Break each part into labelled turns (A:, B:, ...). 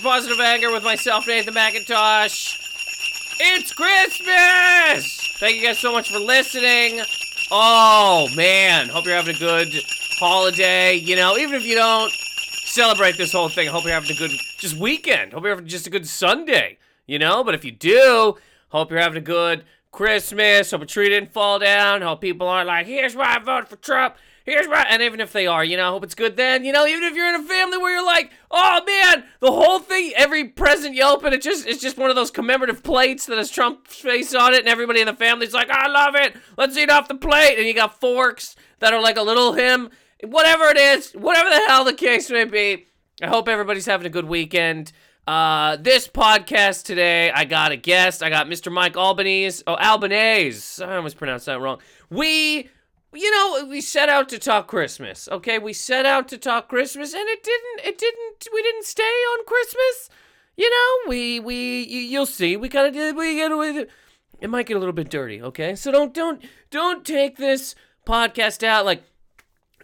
A: Positive Anger with myself, Nathan McIntosh. It's Christmas! Thank you guys so much for listening. Oh, man. Hope you're having a good holiday. You know, even if you don't celebrate this whole thing, I hope you're having a good just weekend. Hope you're having just a good Sunday, you know? But if you do, hope you're having a good Christmas. Hope a tree didn't fall down. Hope people aren't like, here's why I voted for Trump. Here's why. And even if they are, you know, I hope it's good then. You know, even if you're in a family where you're like, oh man, the whole thing, every present you open, it just it's just one of those commemorative plates that has Trump's face on it, and everybody in the family's like, I love it. Let's eat off the plate. And you got forks that are like a little him. Whatever it is, whatever the hell the case may be, I hope everybody's having a good weekend. Uh, this podcast today, I got a guest. I got Mr. Mike Albanese. Oh, Albanese. I almost pronounced that wrong. We, you know, we set out to talk Christmas. Okay, we set out to talk Christmas, and it didn't. It didn't. We didn't stay on Christmas. You know, we we you, you'll see. We kind of did. We get away. with it. It might get a little bit dirty. Okay, so don't don't don't take this podcast out like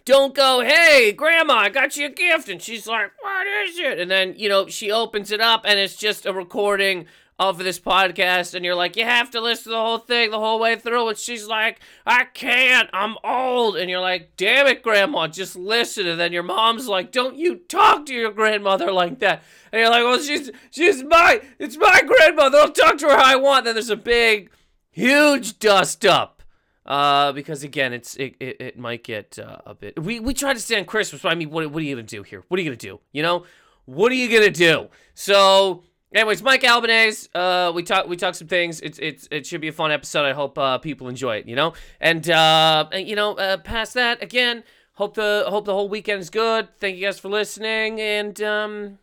A: don't go, hey, grandma, I got you a gift. And she's like, what is it? And then, you know, she opens it up and it's just a recording of this podcast. And you're like, you have to listen to the whole thing the whole way through. And she's like, I can't, I'm old. And you're like, damn it, grandma, just listen. And then your mom's like, don't you talk to your grandmother like that. And you're like, well, she's, she's my, it's my grandmother. I'll talk to her how I want. Then there's a big, huge dust up uh, because again, it's it, it, it might get uh, a bit. We we try to stand Christmas, but I mean, what what are you gonna do here? What are you gonna do? You know, what are you gonna do? So, anyways, Mike Albanese. Uh, we talk we talk some things. It's it's it should be a fun episode. I hope uh, people enjoy it. You know, and uh, and, you know, uh, past that again. Hope the hope the whole weekend is good. Thank you guys for listening, and um,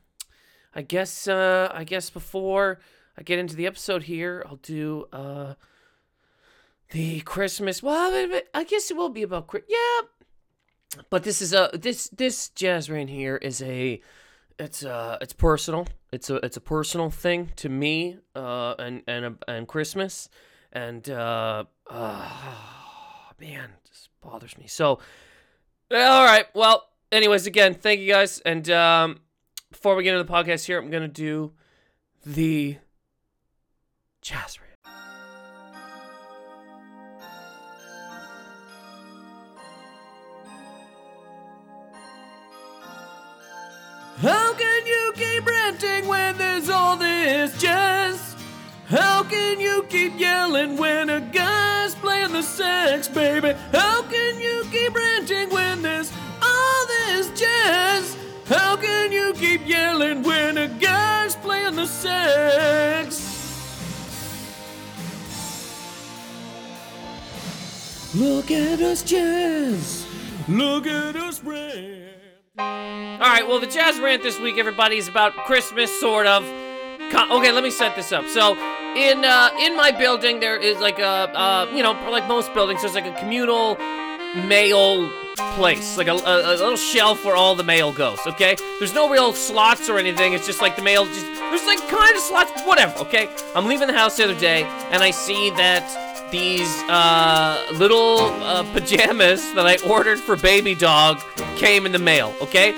A: I guess uh, I guess before I get into the episode here, I'll do uh the Christmas. Well, I mean, I guess it will be about Christmas. Yeah, but this is a this this jazz right here is a it's uh it's personal. It's a it's a personal thing to me. Uh, and and and Christmas, and uh, uh man, this bothers me. So, all right. Well, anyways, again, thank you guys. And um, before we get into the podcast here, I'm gonna do the jazz. right How can you keep ranting when there's all this jazz? How can you keep yelling when a guy's playing the sax, baby? How can you keep ranting when there's all this jazz? How can you keep yelling when a guy's playing the sax? Look at us jazz. Look at us rant. All right, well, the jazz rant this week, everybody, is about Christmas, sort of. Co- Okay, let me set this up. So, in uh, in my building, there is like a uh, you know, like most buildings, there's like a communal mail place, like a, a, a little shelf where all the mail goes. Okay, there's no real slots or anything. It's just like the mail. Just there's like kind of slots, whatever. Okay, I'm leaving the house the other day, and I see that these uh, little uh, pajamas that I ordered for baby dog came in the mail, okay?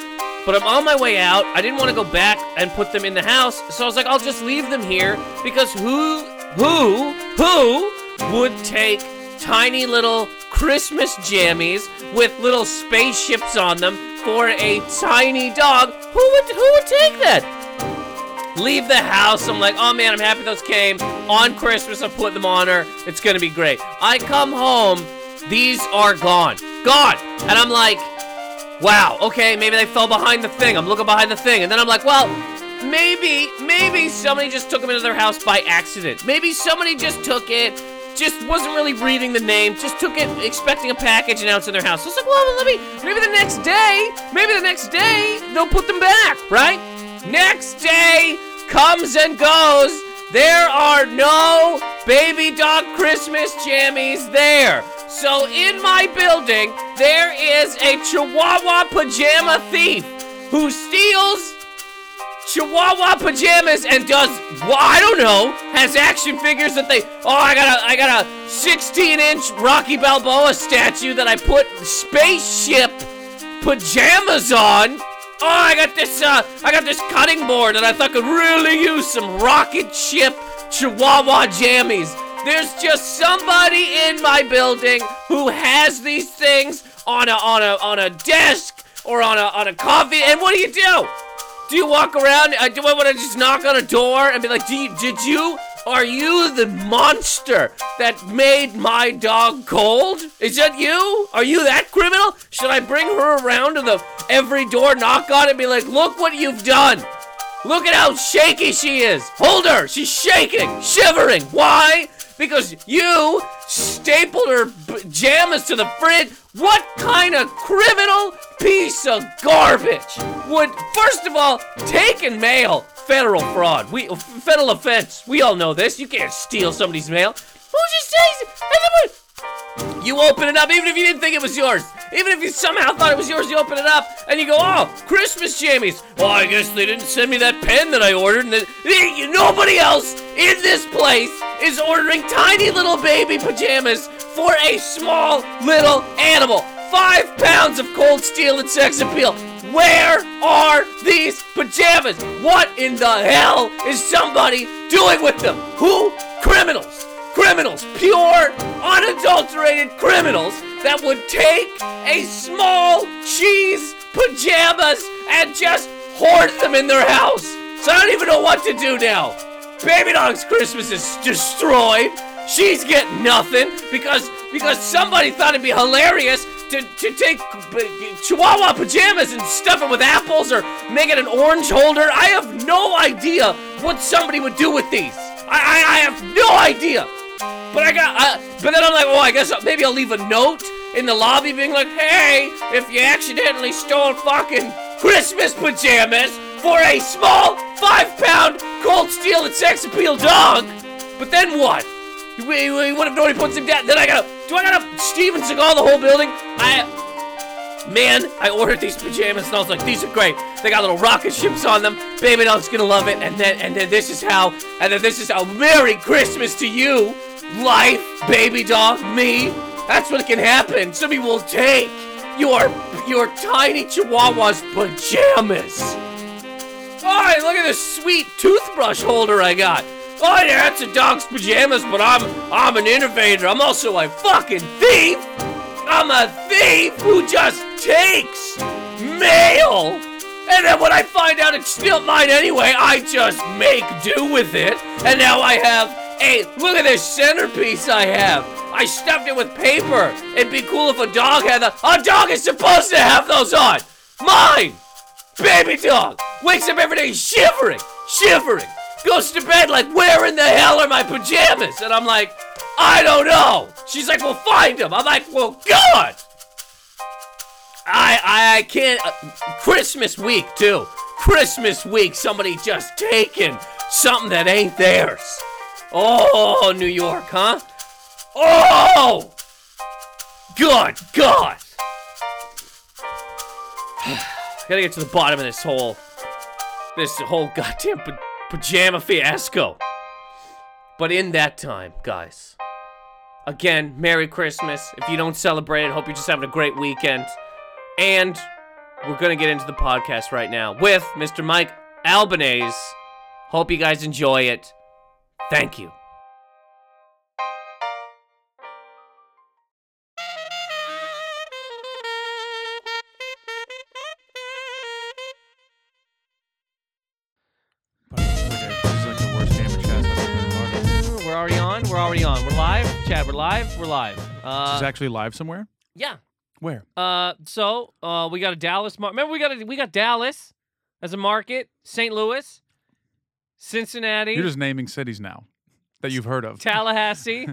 A: But I'm on my way out. I didn't want to go back and put them in the house, so I was like, I'll just leave them here because who, who, who would take tiny little Christmas jammies with little spaceships on them for a tiny dog? Who would, who would take that? leave the house. I'm like, oh man, I'm happy those came. On Christmas, I put them on her. It's gonna be great. I come home, these are gone. Gone! And I'm like, wow, okay, maybe they fell behind the thing. I'm looking behind the thing. And then I'm like, well, maybe, maybe somebody just took them into their house by accident. Maybe somebody just took it. Just wasn't really reading the name, just took it expecting a package and now it's in their house. So it's like, well, let me, maybe the next day, maybe the next day, they'll put them back, right? Next day comes and goes. There are no baby dog Christmas jammies there. So in my building, there is a Chihuahua pajama thief who steals Chihuahua pajamas and does well, I don't know has action figures that they oh I got a I got a 16 inch Rocky Balboa statue that I put spaceship pajamas on Oh, I got this, uh, I got this cutting board and I thought could really use some rocket ship chihuahua jammies. There's just somebody in my building who has these things on a, on a, on a desk or on a, on a coffee. And what do you do? Do you walk around? Uh, do I want to just knock on a door and be like, do you, did you, are you the monster that made my dog cold? Is that you? Are you that criminal? Should I bring her around to the every door knock on and be like, look what you've done? Look at how shaky she is. Hold her. She's shaking, shivering. Why? Because you stapled her pajamas to the fridge. What kind of criminal piece of garbage would, first of all, take and mail federal fraud? We f- federal offense. We all know this. You can't steal somebody's mail. Who just says? and then what- You open it up, even if you didn't think it was yours. Even if you somehow thought it was yours, you open it up and you go, "Oh, Christmas jammies." Well, I guess they didn't send me that pen that I ordered. And that, Eh, nobody else in this place is ordering tiny little baby pajamas for a small little animal. Five pounds of cold steel and sex appeal. Where are these pajamas? What in the hell is somebody doing with them? Who? Criminals. Criminals. Pure, unadulterated criminals that would take a small cheese pajamas and just hoard them in their house. So I don't even know what to do now. Baby Dog's Christmas is destroyed. She's getting nothing because because somebody thought it'd be hilarious to, to take p- Chihuahua pajamas and stuff it with apples or make it an orange holder. I have no idea what somebody would do with these. I, I, I have no idea. But I got. Uh, but then I'm like, oh, I guess maybe I'll leave a note in the lobby, being like, hey, if you accidentally stole fucking Christmas pajamas for a small five-pound cold steel and sex appeal dog, but then what? We, we, what if nobody puts him down? Then I gotta. Do I gotta Steven Seagal the whole building? I. Man, I ordered these pajamas and I was like, these are great. They got little rocket ships on them. Baby dog's gonna love it. And then and then this is how and then this is how Merry Christmas to you, life, baby dog, me. That's what can happen. Somebody will take your your tiny chihuahua's pajamas. Alright, look at this sweet toothbrush holder I got. Oh yeah, that's a dog's pajamas, but I'm I'm an innovator. I'm also a fucking thief. I'm a thief who just takes mail. And then when I find out it's still mine anyway, I just make do with it. And now I have a look at this centerpiece I have. I stuffed it with paper. It'd be cool if a dog had the a dog is supposed to have those on. Mine! Baby dog wakes up every day shivering, shivering, goes to bed like, where in the hell are my pajamas? And I'm like, I don't know. She's like, well, find them. I'm like, well, God. I I, I can't. Uh, Christmas week too. Christmas week, somebody just taking something that ain't theirs. Oh, New York, huh? Oh, good God. Gotta get to the bottom of this whole, this whole goddamn pa- pajama fiasco. But in that time, guys, again, Merry Christmas. If you don't celebrate it, hope you're just having a great weekend. And we're gonna get into the podcast right now with Mr. Mike Albanese. Hope you guys enjoy it. Thank you.
B: It's
A: We're already on. We're already on. We're live. Chad, we're live. We're live. Uh,
B: actually live somewhere.
A: yeah.
B: Where?
A: Uh, so uh, we got a Dallas. Mar- Remember, we got a, we got Dallas as a market. St. Louis, Cincinnati,
B: You're just naming cities now that you've heard of.
A: Tallahassee.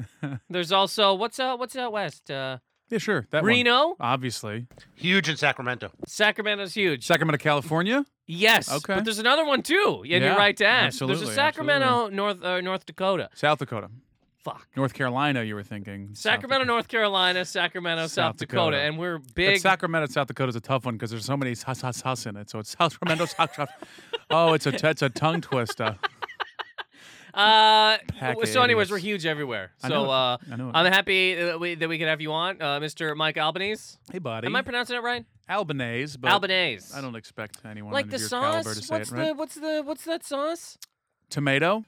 A: There's also what's out what's out west. Uh,
B: yeah, sure. That one.
A: Reno,
B: Obviously.
C: Huge in Sacramento.
A: Sacramento's huge.
B: Sacramento, California.
A: yes.
B: Okay.
A: But there's another one too. Yeah, you're
B: Yeah,
A: right to ask. There's a
B: absolutely,
A: Sacramento,
B: absolutely.
A: North uh, North Dakota.
B: South Dakota.
A: Fuck.
B: North Carolina, you were thinking. South
A: Sacramento,
B: Dakota.
A: North Carolina, Sacramento, South,
B: South
A: Dakota.
B: Dakota.
A: and we're
B: But
A: big.
B: Sacramento, South Dakota is a tough one because there's so many sus sus sus in it. So it's Sacramento, South. South- Oh, it's a, t- it's a tongue twister.
A: Uh,
B: Pack
A: so, anyways,
B: idiots.
A: we're huge everywhere.
B: I know
A: So,
B: it.
A: uh,
B: I know it.
A: I'm happy that we, that we could have you on, uh, Mr. Mike Albanese.
B: hey, buddy.
A: Am I pronouncing it right?
B: Albanese, but
A: Albanese.
B: I don't expect anyone
A: like
B: of
A: the
B: your
A: sauce.
B: caliber to say
A: What's
B: it, right?
A: the Ah, what's the what's that sauce?
B: Tomato?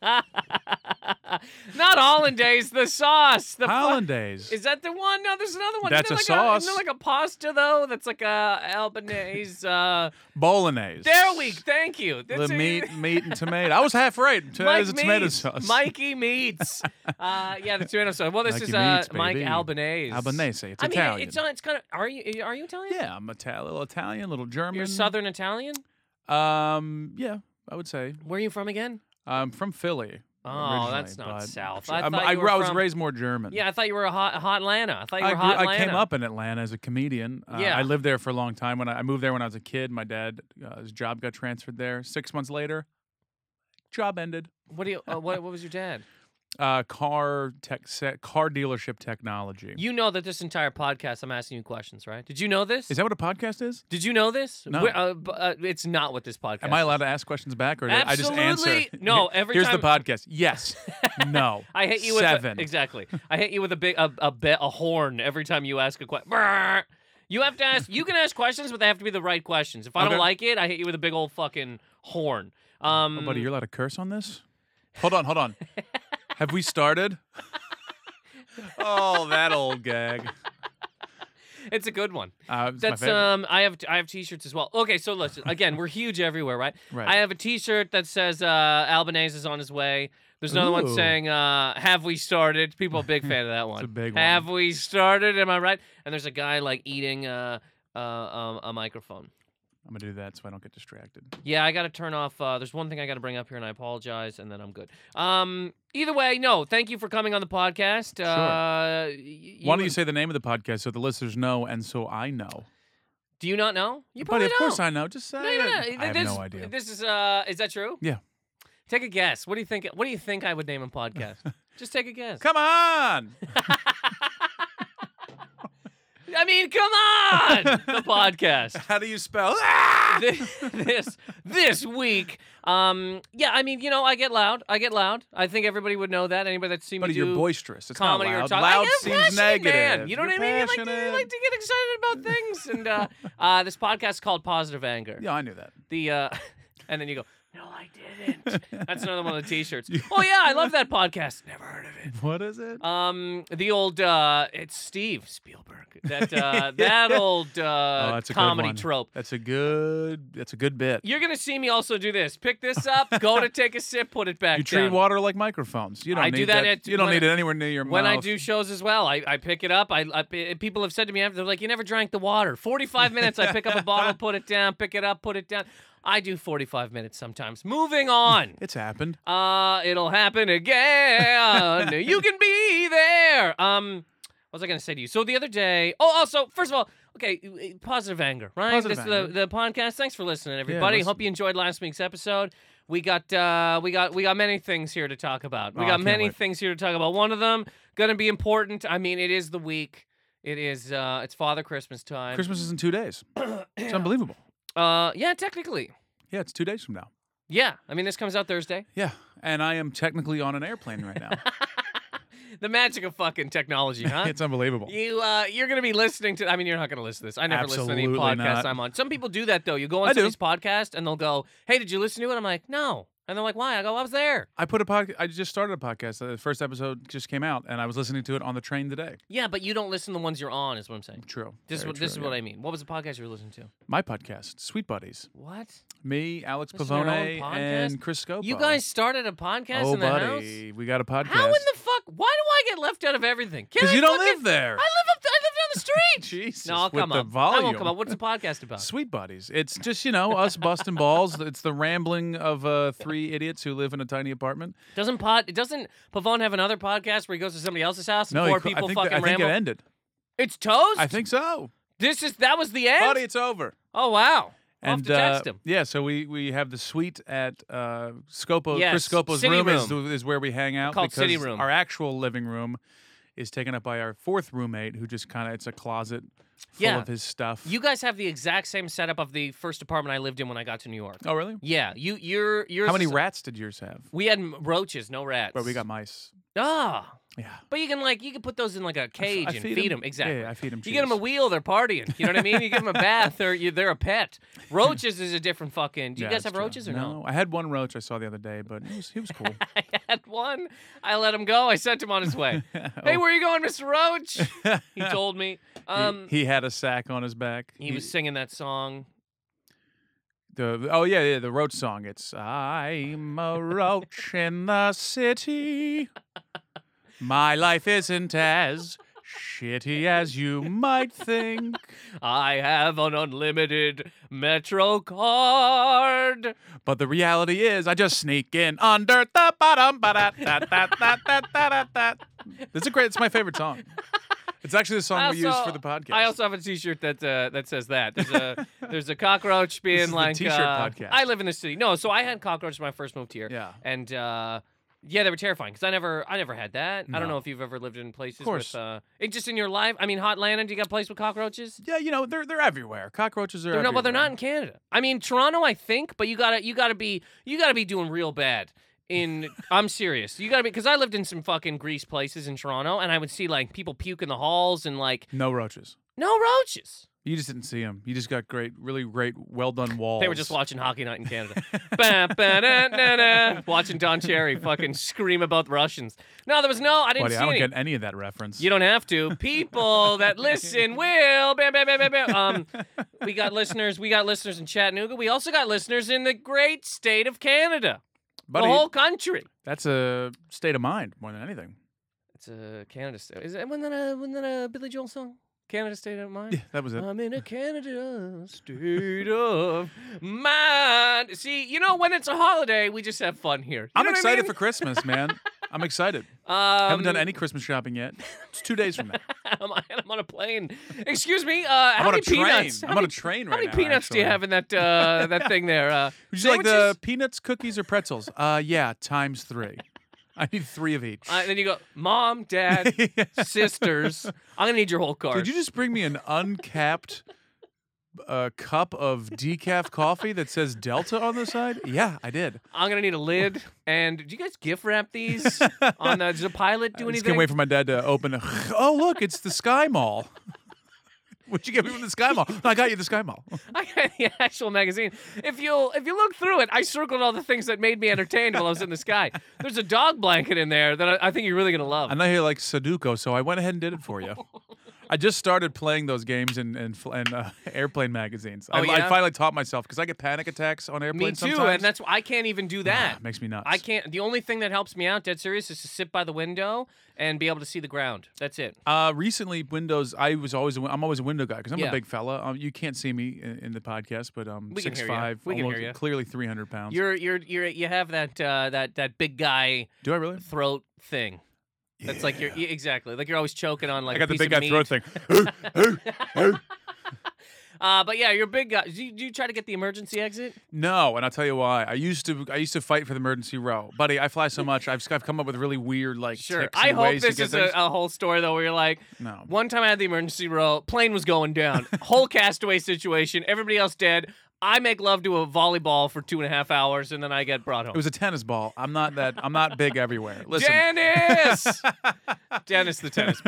A: Not hollandaise, the sauce. The fu-
B: Hollandaise.
A: Is that the one? No, there's another one.
B: That's
A: isn't
B: a
A: there like isn't
B: sauce.
A: there like a pasta though? That's like a Albanese. Uh,
B: Bolognese.
A: there we. Thank you. That's
B: the
A: a-
B: meat, meat, and tomato. I was half right. Tomato
A: Mike
B: is a tomato
A: Meats.
B: sauce.
A: Mikey Meats. uh, yeah, the tomato sauce. Well, this
B: Mikey
A: is uh,
B: Meats,
A: Mike
B: baby.
A: Albanese.
B: Albanese. It's
A: I mean,
B: Italian.
A: it's not. It's kind of. Are you? Are you Italian?
B: yeah, I'm Italian, little Italian, little German.
A: You're Southern Italian.
B: Um, yeah, I would say.
A: Where are you from again?
B: I'm from Philly.
A: Oh, that's
B: originally,
A: not
B: but
A: South.
B: sure-
A: I
B: I'm-
A: thought
B: I,
A: you were
B: I was
A: from-
B: raised more German.
A: Yeah, I thought you were a hot, hot Atlanta. I thought you were
B: I,
A: hot
B: grew- I came
A: Atlanta.
B: up in Atlanta as a comedian. Uh,
A: Yeah.
B: I lived there for a long time. When I, I moved there when I was a kid, my dad uh, his job got transferred there. Six months later, job ended.
A: What do you? Uh, what, what was your dad?
B: Uh, car tech, se- car dealership technology.
A: You know that this entire podcast, I'm asking you questions, right? Did you know this?
B: is that what a podcast is?
A: Did you know this?
B: No.
A: We're- Uh, b- uh, it's not what this podcast.
B: Am I allowed to ask questions back, or do I just answer?
A: Absolutely. No, every
B: Here's
A: time-
B: the podcast. Yes. no.
A: I hit you
B: seven.
A: with a, exactly. I hit you with a big a a, be, a horn every time you ask a question. You have to ask. You can ask questions, but they have to be the right questions. If I don't
B: Okay.
A: like it, I hit you with a big old fucking horn. Um,
B: Oh, buddy, you're allowed to curse on this? Hold on, hold on. Have we started? oh, that old gag.
A: it's a good one.
B: Uh, it's my
A: That's
B: favorite.
A: um. I have I have t-shirts as well. Okay, so listen. Again, we're huge everywhere, right?
B: Right.
A: I have a t-shirt that says uh, Albanese is on his way. There's another one
B: Ooh.
A: saying uh, Have we started? People are a big fan of that one.
B: a big one.
A: Have we started? Am I right? And there's a guy like eating uh, uh, um, a microphone.
B: I'm going to do that so I don't get distracted.
A: Yeah, I got to turn off. Uh, there's one thing I got to bring up here, and I apologize, and then I'm good. Um, either way, no, thank you for coming on the podcast.
B: Sure.
A: Uh, y-
B: Why don't you say the name of the podcast so the listeners know and so I know?
A: Do you not know? You
B: Buddy,
A: probably
B: of
A: don't.
B: course I know. Just say
A: No, no, no.
B: it. I have
A: this,
B: no idea.
A: This is uh, is that true?
B: Yeah.
A: Take a guess. What do you think? What do you think I would name a podcast? Just take a guess.
B: Come on.
A: I mean, come on, the podcast.
B: How do you spell? Ah!
A: this this- this week. Um, yeah, I mean, you know, I get loud. I get loud. I think everybody would know that. Anybody that's seen
B: Buddy,
A: me do
B: you're boisterous. It's
A: comedy
B: not
A: or
B: loud.
A: talk, I
B: Loud
A: am
B: seems
A: passionate,
B: negative.
A: Man. You know
B: You're
A: what I mean? I like, to, I
B: passionate.
A: like to get excited about things. And uh, uh, this podcast is called Positive Anger.
B: Yeah, I knew that.
A: The uh, and then you go, no, I didn't. That's another one of the T-shirts. oh yeah, I love that podcast. Never heard of it.
B: What is it?
A: Um, the old uh, it's Steve Spielberg. That uh, that old uh,
B: oh, that's a
A: comedy
B: good one.
A: trope.
B: That's a good. That's a good bit.
A: You're gonna see me also do this. Pick this up, go to take a sip, put it back
B: You treat
A: down.
B: water like microphones. You don't
A: I
B: need
A: do that at-
B: you don't
A: when
B: need
A: I-
B: it anywhere near your
A: when
B: mouth.
A: I do shows as well, I, I pick it up. I, I it- people have said to me after they're like, "You never drank the water." Forty-five minutes. I pick up a bottle, put it down, pick it up, put it down. I do forty-five minutes sometimes. Moving on.
B: it's happened.
A: Uh, it'll happen again. you can be there. Um, what was I gonna say to you? So the other day. Oh, also, first of all, okay, uh, positive anger, right?
B: Positive
A: this
B: anger.
A: Is the, the podcast. Thanks for listening, everybody.
B: listen.
A: Hope you enjoyed last week's episode. We got uh, we got we got many things here to talk about. We
B: Oh, I
A: got
B: can't
A: many
B: wait.
A: things here to talk about. One of them gonna be important. I mean, it is the week. It is uh, it's Father Christmas time.
B: Christmas is in two days. It's unbelievable.
A: Uh, yeah, technically,
B: Yeah, it's two days from now.
A: yeah. I mean, this comes out Thursday.
B: Yeah, and I am technically on an airplane right now.
A: The magic of fucking technology, huh?
B: it's unbelievable.
A: You uh, you're gonna be listening to. I mean, you're not gonna listen to this. I never listen
B: Absolutely
A: to any podcast
B: not.
A: I'm on. Some people do that though. You go on
B: I do.
A: somebody's podcast and they'll go, "Hey, did you listen to it?" I'm like, "No," and they're like, "Why?" I go, "I was there."
B: I put a podcast. I just started a podcast. The first episode just came out, and I was listening to it on the train today.
A: Yeah, but you don't listen to the ones you're on, is what I'm saying.
B: True.
A: This is
B: Very
A: what this
B: true,
A: is
B: yeah.
A: what I mean. What was the podcast you were listening to?
B: my podcast, Sweet Buddies.
A: What?
B: Me, Alex
A: Listen to your own
B: Pavone,
A: podcast?
B: and Chris Scopo.
A: You guys started a podcast
B: oh
A: in the house.
B: buddy, we got a podcast.
A: How in the fuck? Why do I get left out of everything? Can
B: Because
A: I
B: you don't
A: fucking-
B: live there.
A: I live up. I live down the street.
B: Jesus,
A: no, I'll
B: with
A: come
B: the
A: up.
B: volume.
A: I won't come up. What's the podcast about?
B: Sweet buddies. It's just you know us busting balls. It's the rambling of uh, three idiots who live in a tiny apartment.
A: Doesn't pod? Doesn't Pavone have another podcast where he goes to somebody else's house and
B: No,
A: four
B: he, cl-
A: people
B: I think,
A: fucking
B: that- I think
A: ramble?
B: it ended.
A: It's toast.
B: I think so,
A: this is that was the end.
B: buddy. It's over.
A: Oh wow! I'll have
B: and
A: to text
B: uh,
A: him.
B: yeah, so we we have the suite at uh, Scopo.
A: Yes,
B: Chris Scopo's
A: City
B: room, Is,
A: Room.
B: the- is where we hang out.
A: Called
B: because
A: City Room.
B: Our actual living room is taken up by our fourth roommate, who just kind of it's a closet full
A: Yeah.
B: of his stuff.
A: You guys have the exact same setup of the first apartment I lived in when I got to New York.
B: oh, really?
A: Yeah, you you're you're
B: How many rats did yours have?
A: We had m- roaches, no rats.
B: But we got mice.
A: ah,
B: Yeah. I f-
A: but you can like you can put those in like a cage
B: I
A: and feed
B: 'em-
A: them. Exactly.
B: Yeah, yeah, I feed them.
A: You get them a wheel, they're partying. You know what I mean? You give them a bath, they're you, they're a pet. Roaches is a different fucking. Do you guys have roaches or
B: no? I had one roach I saw the other day, but he was, he was cool.
A: I had one. I let him go. I sent him on his way. Hey,
B: Oh.
A: where you going, Mr. Roach? He told me.
B: He-
A: Um,
B: he, had a sack on his back.
A: he was singing that song.
B: The, oh yeah, yeah, the roach song. It's I'm a roach in the city. My life isn't as shitty as you might think.
A: I have an unlimited Metro card.
B: But the reality is, I just sneak in under the bottom. Ba-da-da-da-da-da-da-da-da. It's a great. It's my favorite song. It's actually the song
A: I
B: we use
A: also-
B: for the podcast.
A: Uh, I also have a T-shirt that uh, that says that. There's a there's a cockroach being
B: is the
A: like.
B: T-shirt
A: uh,
B: podcast.
A: I live in the city. No, so I had cockroaches when I first moved here.
B: yeah.
A: and uh, yeah, they were terrifying because I never, I never had that. I don't
B: No.
A: know if you've ever lived in places
B: course.
A: with, uh, it just in your life. I mean, Hot Hotlanta, do you got a place with cockroaches?
B: Yeah, you know they're they're everywhere. Cockroaches are.
A: They're
B: everywhere.
A: not, well, they're not in Canada. I mean, Toronto, I think, but you gotta, you gotta be, you gotta be doing real bad. In, I'm serious. You gotta be because I lived in some fucking grease places in Toronto, and I would see like people puke in the halls and like
B: No roaches.
A: no roaches.
B: You just didn't see them. You just got great, really great, well done walls.
A: They were just watching Hockey Night in Canada, Ba, ba, da, da, da. watching Don Cherry fucking scream about Russians. No, there was no. I didn't
B: Buddy,
A: see
B: I don't
A: any.
B: get any of that reference.
A: You don't have to. People that listen will. Bam, bam, bam, bam, bam. Um, we got listeners. We got listeners in Chattanooga. We also got listeners in the great state of Canada,
B: Buddy,
A: the whole country.
B: that's a state of mind more than anything.
A: It's a Canada state. Is it, wasn't, that a, wasn't that a Billy Joel song? Canada state of mind.
B: Yeah, that was it.
A: I'm in a Canada state of mind. See, you know, when it's a holiday, we just have fun here. You
B: I'm
A: know what I
B: excited
A: mean?
B: for Christmas, man. I'm excited.
A: Um,
B: Haven't done any Christmas shopping yet. It's two days from now.
A: I'm, I'm on a plane. Excuse me. Uh, how
B: I'm on
A: many
B: a train.
A: peanuts? How
B: I'm on
A: many
B: a train
A: How
B: right
A: many
B: now.
A: peanuts do you
B: actually.
A: have in that uh, that thing there? Uh,
B: Would you like the
A: sandwiches?
B: peanuts, cookies, or pretzels? Uh, yeah, times three. I need three of each.
A: Uh, then you go, mom, dad, sisters. I'm gonna need your whole card.
B: Did you just bring me an uncapped uh, cup of decaf coffee that says Delta on the side? Yeah, I did.
A: I'm gonna need a lid. And do you guys gift wrap these on the? Does the pilot do
B: I Uh, just
A: anything?
B: can't wait for my dad to open. A, oh, look, it's the Sky Mall. What'd you get me from the Sky Mall? No, I got you the Sky Mall.
A: I got the actual magazine. If you if you look through it, I circled all the things that made me entertained while I was in the sky. There's a dog blanket in there that I, I think you're really gonna love.
B: I know you like Sudoku, so I went ahead and did it for you. I just started playing those games in in, fl- in uh, airplane magazines. I,
A: Oh,
B: I
A: yeah?
B: finally taught myself because I get panic attacks on
A: me too,
B: airplanes sometimes.
A: and that's why I can't even do that.
B: Ah, makes me nuts.
A: I can't. The only thing that helps me out, dead serious, is to sit by the window and be able to see the ground. That's it.
B: Uh, recently, Windows. I was always. A, win- I'm always a window guy because I'm
A: Yeah.
B: a big fella. Um, you can't see me in, in the podcast, but um,
A: We can
B: six
A: hear ya.
B: five,
A: We can hear
B: almost-
A: ya.
B: clearly 300 pounds.
A: You're you're you're you have that uh, that that big guy
B: Do I really?
A: throat thing. That's like you're yeah, exactly like you're always choking on like
B: I got
A: a
B: the
A: piece
B: big
A: of
B: guy
A: meat.
B: throat thing. Ooh, ooh, ooh.
A: Uh, but yeah, you're a big guy. Do you, do you try to get the emergency exit?
B: no, and I'll tell you why. I used to. I used to fight for the emergency row, buddy. I fly so much. I've, s- I've come up with really weird like.
A: Sure.
B: ticks
A: I
B: and
A: hope
B: ways to
A: this
B: get
A: is a,
B: things-
A: a whole story though, where you're like,
B: no.
A: one time I had the emergency row, plane was going down, whole castaway situation, everybody else dead. I make love to a volleyball for two and a half hours, and then I get brought home.
B: It was a tennis ball. I'm not that. I'm not big everywhere. Listen.
A: Dennis, Dennis the tennis.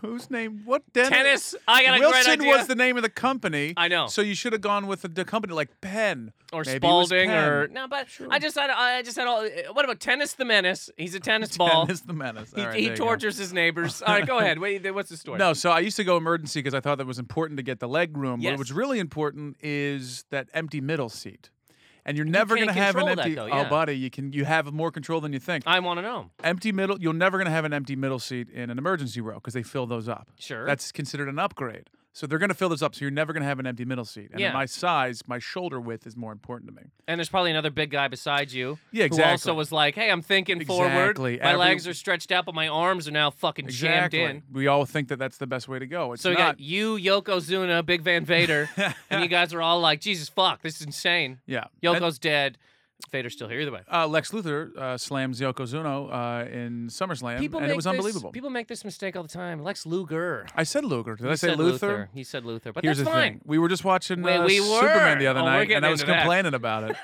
B: Who's name? What Dennis?
A: Tennis. I got a
B: Wilson
A: great idea.
B: was the name of the company.
A: I know.
B: So you should have gone with the, the company like Penn
A: or
B: Maybe it was
A: Spalding
B: Penn.
A: or no, but I just had I just had all. What about Tennis the Menace? He's a tennis ball.
B: Dennis the Menace.
A: he
B: All right,
A: he
B: there you go.
A: tortures his neighbors. All right, go ahead. Wait, what's the story?
B: No, so I used to go emergency because I thought that was important to get the leg room.
A: Yes.
B: What was really important is that empty middle seat. And you're never
A: can't
B: gonna have an
A: control that,
B: empty
A: though, yeah.
B: oh buddy, you can you have more control than you think.
A: I want to know.
B: empty middle you're never gonna have an empty middle seat in an emergency row because they fill those up.
A: Sure.
B: That's considered an upgrade. So they're gonna fill those up, so you're never gonna have an empty middle seat. And
A: Yeah.
B: at my size, my shoulder width is more important to me.
A: and there's probably another big guy beside you.
B: Yeah,
A: Who also
B: exactly.
A: was like, "Hey, I'm thinking
B: Exactly.
A: forward. My
B: Every-
A: legs are stretched out, but my arms are now fucking
B: Exactly.
A: jammed in."
B: We all think that that's the best way to go. It's
A: So we
B: not.
A: got you, Yokozuna, Big Van Vader, and you guys are all like, "Jesus fuck, this is insane."
B: yeah. And-
A: Yoko's dead. Vader's still here either way.
B: Uh, Lex Luthor uh, slams Yokozuna uh, in SummerSlam, and it was
A: this-
B: unbelievable.
A: People make this mistake all the time. Lex Luger.
B: I said Luger. Did I
A: He
B: say
A: said
B: Luthor?
A: He said Luther, but
B: Here's
A: that's
B: the
A: fine.
B: thing: we were just watching
A: Wait,
B: uh,
A: we
B: Superman the
A: were.
B: other
A: Oh, we're
B: night, and
A: getting
B: I was
A: into that.
B: complaining about it.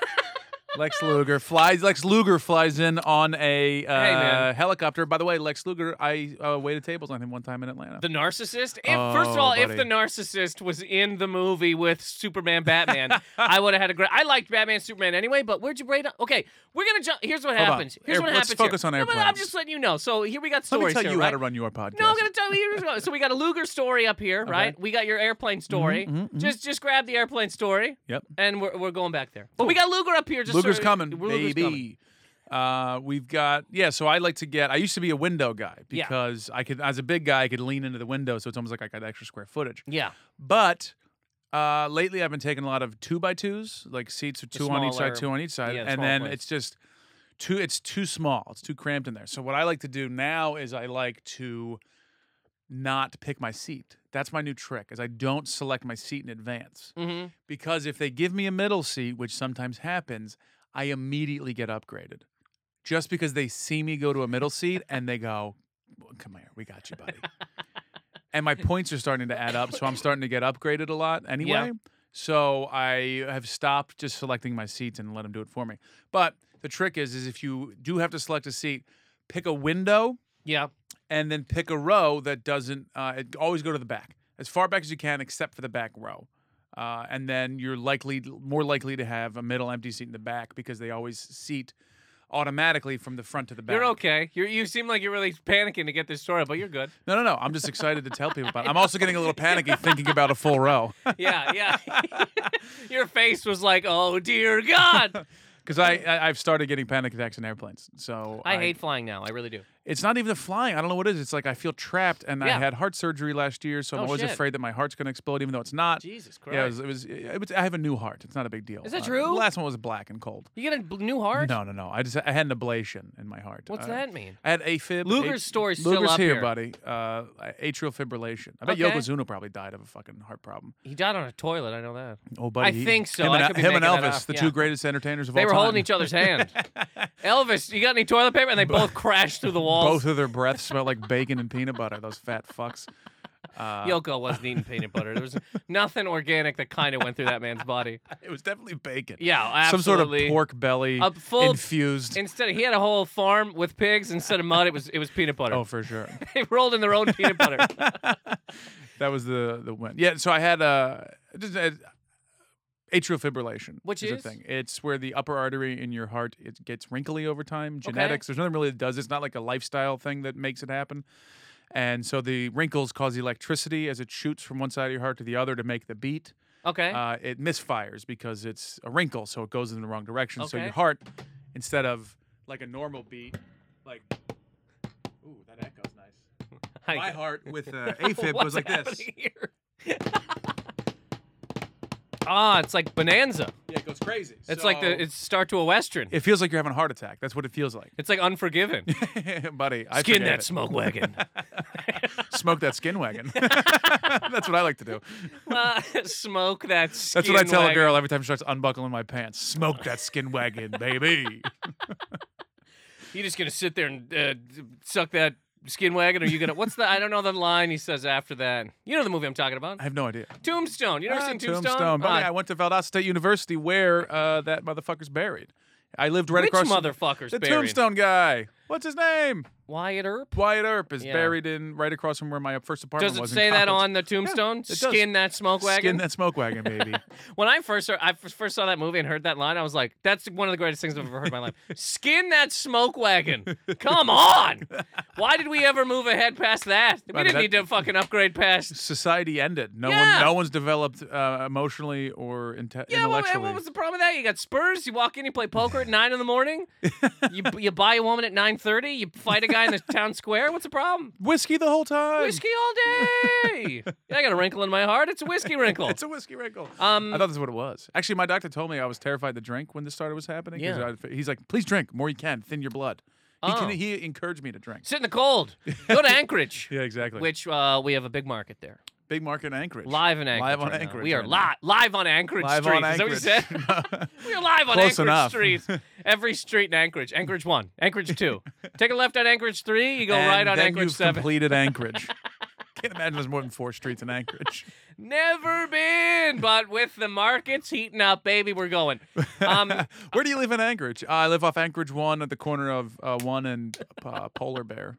B: Lex Luger flies. Lex Luger flies in on a uh,
A: man.
B: helicopter. By the way, Lex Luger, I uh, waited tables on him one time in Atlanta.
A: The narcissist. If, first of
B: Oh,
A: all, if
B: buddy.
A: the narcissist was in the movie with Superman, Batman, I would have had a great. I liked Batman, Superman anyway. But where'd you rate? on- Okay, we're gonna jump. Here's what
B: Hold on.
A: happens. Here's
B: Air-
A: what
B: let's
A: happens.
B: focus
A: here.
B: on
A: No, but I'm
B: airplanes.
A: just letting you know. So here we got
B: Let me
A: stories.
B: tell
A: here,
B: you
A: right?
B: how to run your podcast.
A: No, I'm gonna tell you. here's what- So we got a Luger story up here, right? We got your airplane story.
B: mhm, mhm.
A: Just just grab the airplane story,
B: Yep.
A: and we're, we're going back there. But we got Luger up here. Just
B: Luger's
A: so,
B: coming,
A: Luger's
B: baby.
A: coming.
B: Uh, we've got yeah. So I like to get. I used to be a window guy
A: Yeah.
B: because I could, as a big guy, I could lean into the window, so it's almost like I got extra square footage.
A: Yeah.
B: But uh, lately, I've been taking a lot of two by twos, like seats with
A: The
B: two on each
A: smaller-
B: side, two on each side,
A: yeah, the
B: and
A: smaller
B: then
A: planes.
B: it's just too. It's too small. It's too cramped in there. So what I like to do now is I like to not pick my seat. That's my new trick. Is I don't select my seat in advance
A: Mm-hmm.
B: because if they give me a middle seat, which sometimes happens, I immediately get upgraded. Just because they see me go to a middle seat and they go, "Well, "Come here, we got you, buddy." and my points are starting to add up, so I'm starting to get upgraded a lot anyway. So I have stopped just selecting my seats and let them do it for me. But the trick is is if you do have to select a seat, pick a window
A: Yeah.
B: and then pick a row that doesn't uh, it- always go to the back as far back as you can except for the back row uh, and then you're likely more likely to have a middle empty seat in the back because they always seat automatically from the front to the back
A: You're okay. You you seem like you're really panicking to get this story, but you're good.
B: no no no i'm just excited to tell people about it i'm also getting a little panicky thinking about a full row
A: Yeah, yeah. Your face was like, "Oh dear God!"
B: because I, I i've started getting panic attacks in airplanes so
A: I hate flying now. I really do.
B: it's not even the flying i don't know what it is it's like i feel trapped and
A: Yeah.
B: i had heart surgery last year so
A: Oh,
B: i'm always
A: shit.
B: afraid that my heart's going to explode even though it's not
A: Jesus Christ!
B: Yeah, it was, it was. It was. I have a new heart. It's not a big deal.
A: Is that
B: Uh,
A: true?
B: The last one was black and cold.
A: you get a bl- new heart?
B: No, no, no. I just I had an ablation in my heart.
A: What's
B: Uh,
A: that mean?
B: I had AFib.
A: Luger's story's still
B: Luger's
A: up
B: here,
A: here.
B: buddy. Uh, atrial fibrillation. I bet
A: Okay.
B: Yokozuna probably died of a fucking heart problem.
A: He died on a toilet. I know that.
B: Oh, buddy.
A: I
B: he-
A: think so.
B: Him and,
A: I could be
B: him and
A: making that
B: Elvis,
A: up,
B: the
A: yeah.
B: two greatest entertainers of
A: They
B: all
A: were
B: time.
A: holding each other's hand. Elvis, you got any toilet paper? And they both crashed through the walls.
B: Both of their breaths smelled like bacon and peanut butter. Those fat fucks. Uh,
A: Yoko wasn't eating peanut butter. There was nothing organic that kind of went through that man's body.
B: it was definitely bacon.
A: Yeah,
B: Some sort of
A: absolutely.
B: pork belly
A: A full-
B: infused.
A: Instead, he had a whole farm with pigs. Instead of mud, it was it was peanut butter.
B: oh, for sure.
A: They rolled in their own peanut butter.
B: That was the the win. Yeah. So I had a just a, atrial fibrillation,
A: Which
B: a
A: is?
B: thing. It's where the upper artery in your heart it gets wrinkly over time. Genetics. There's nothing really that does. it. It's not like a lifestyle thing that makes it happen. And so the wrinkles cause electricity as it shoots from one side of your heart to the other to make the beat.
A: Okay.
B: Uh, it misfires because it's a wrinkle, so it goes in the wrong direction. So
A: Okay.
B: your heart, instead of like a normal beat, like ooh, that echo's nice.
A: I-
B: My heart with uh, AFib
A: What's
B: goes like this.
A: happening here? ah, it's like bonanza.
B: Yeah, it goes crazy.
A: It's like the it's start to a western.
B: It feels like you're having a heart attack. That's what it feels like,
A: It's like Unforgiven.
B: buddy. I
A: Skin
B: forgave
A: that
B: it.
A: smoke wagon.
B: smoke that skin wagon. That's what I like to do.
A: Uh, smoke that skin.
B: That's what I tell
A: wagon.
B: a girl every time she starts unbuckling my pants. Smoke that skin wagon, baby.
A: You just gonna sit there and uh, d- suck that skin wagon, or you gonna? What's the? I don't know the line he says after that. You know the movie I'm talking about?
B: I have no idea.
A: Tombstone. You never
B: Ah,
A: seen Tombstone?
B: Buddy,
A: Ah,
B: I went to Valdosta State University where uh, that motherfucker's buried. I lived right
A: which
B: across
A: motherfuckers
B: the
A: buried?
B: Tombstone guy. What's his name?
A: Wyatt Earp.
B: Wyatt Earp is
A: Yeah.
B: buried in right across from where my first apartment
A: Does it
B: was. in
A: say that
B: college.
A: on the tombstone?
B: does.
A: Skin that smoke wagon.
B: Skin that smoke wagon, baby.
A: When I first heard, I f- first saw that movie and heard that line, I was like, "That's one of the greatest things I've ever heard in my life." Skin that smoke wagon. Come on. Why did we ever move ahead past that? We
B: Buddy,
A: didn't
B: that-
A: need to fucking upgrade past.
B: society ended. No
A: Yeah.
B: one, no one's developed uh, emotionally or inte-
A: Yeah, well,
B: intellectually.
A: what was the problem with that? You got Spurs. You walk in, you play poker at nine in the morning. you you buy a woman at nine thirty. You fight a guy in the town square. What's the problem?
B: whiskey the whole time.
A: Whiskey all day. yeah, I got a wrinkle in my heart. It's a whiskey wrinkle.
B: It's a whiskey wrinkle.
A: um,
B: I thought that's what it was. Actually, my doctor told me I was terrified to drink when this started was happening. 'cause
A: Yeah.
B: I'd- he's like, "Please drink more. You can thin your blood." He,
A: Oh.
B: can, he encouraged me to drink.
A: sit in the cold. Go to Anchorage,
B: Yeah, exactly.
A: which uh, we have a big market there.
B: Big Market in Anchorage.
A: Live in Anchorage.
B: Live on
A: right now.
B: Anchorage
A: We are
B: right
A: live
B: now.
A: live on Anchorage
B: Live
A: Street.
B: on Anchorage.
A: Is that what you said? we are live on Anchorage
B: Close enough.
A: Street. Every street in Anchorage. Anchorage one, Anchorage two. Take a left on Anchorage three. You go
B: and
A: right on
B: then
A: Anchorage
B: you've
A: seven.
B: completed Anchorage. Can't imagine there's more than four streets in Anchorage.
A: Never been, but with the markets heating up, baby, we're going. Um,
B: Where do you live in Anchorage? Uh, I live off Anchorage 1 at the corner of uh, 1 and uh, Polar Bear.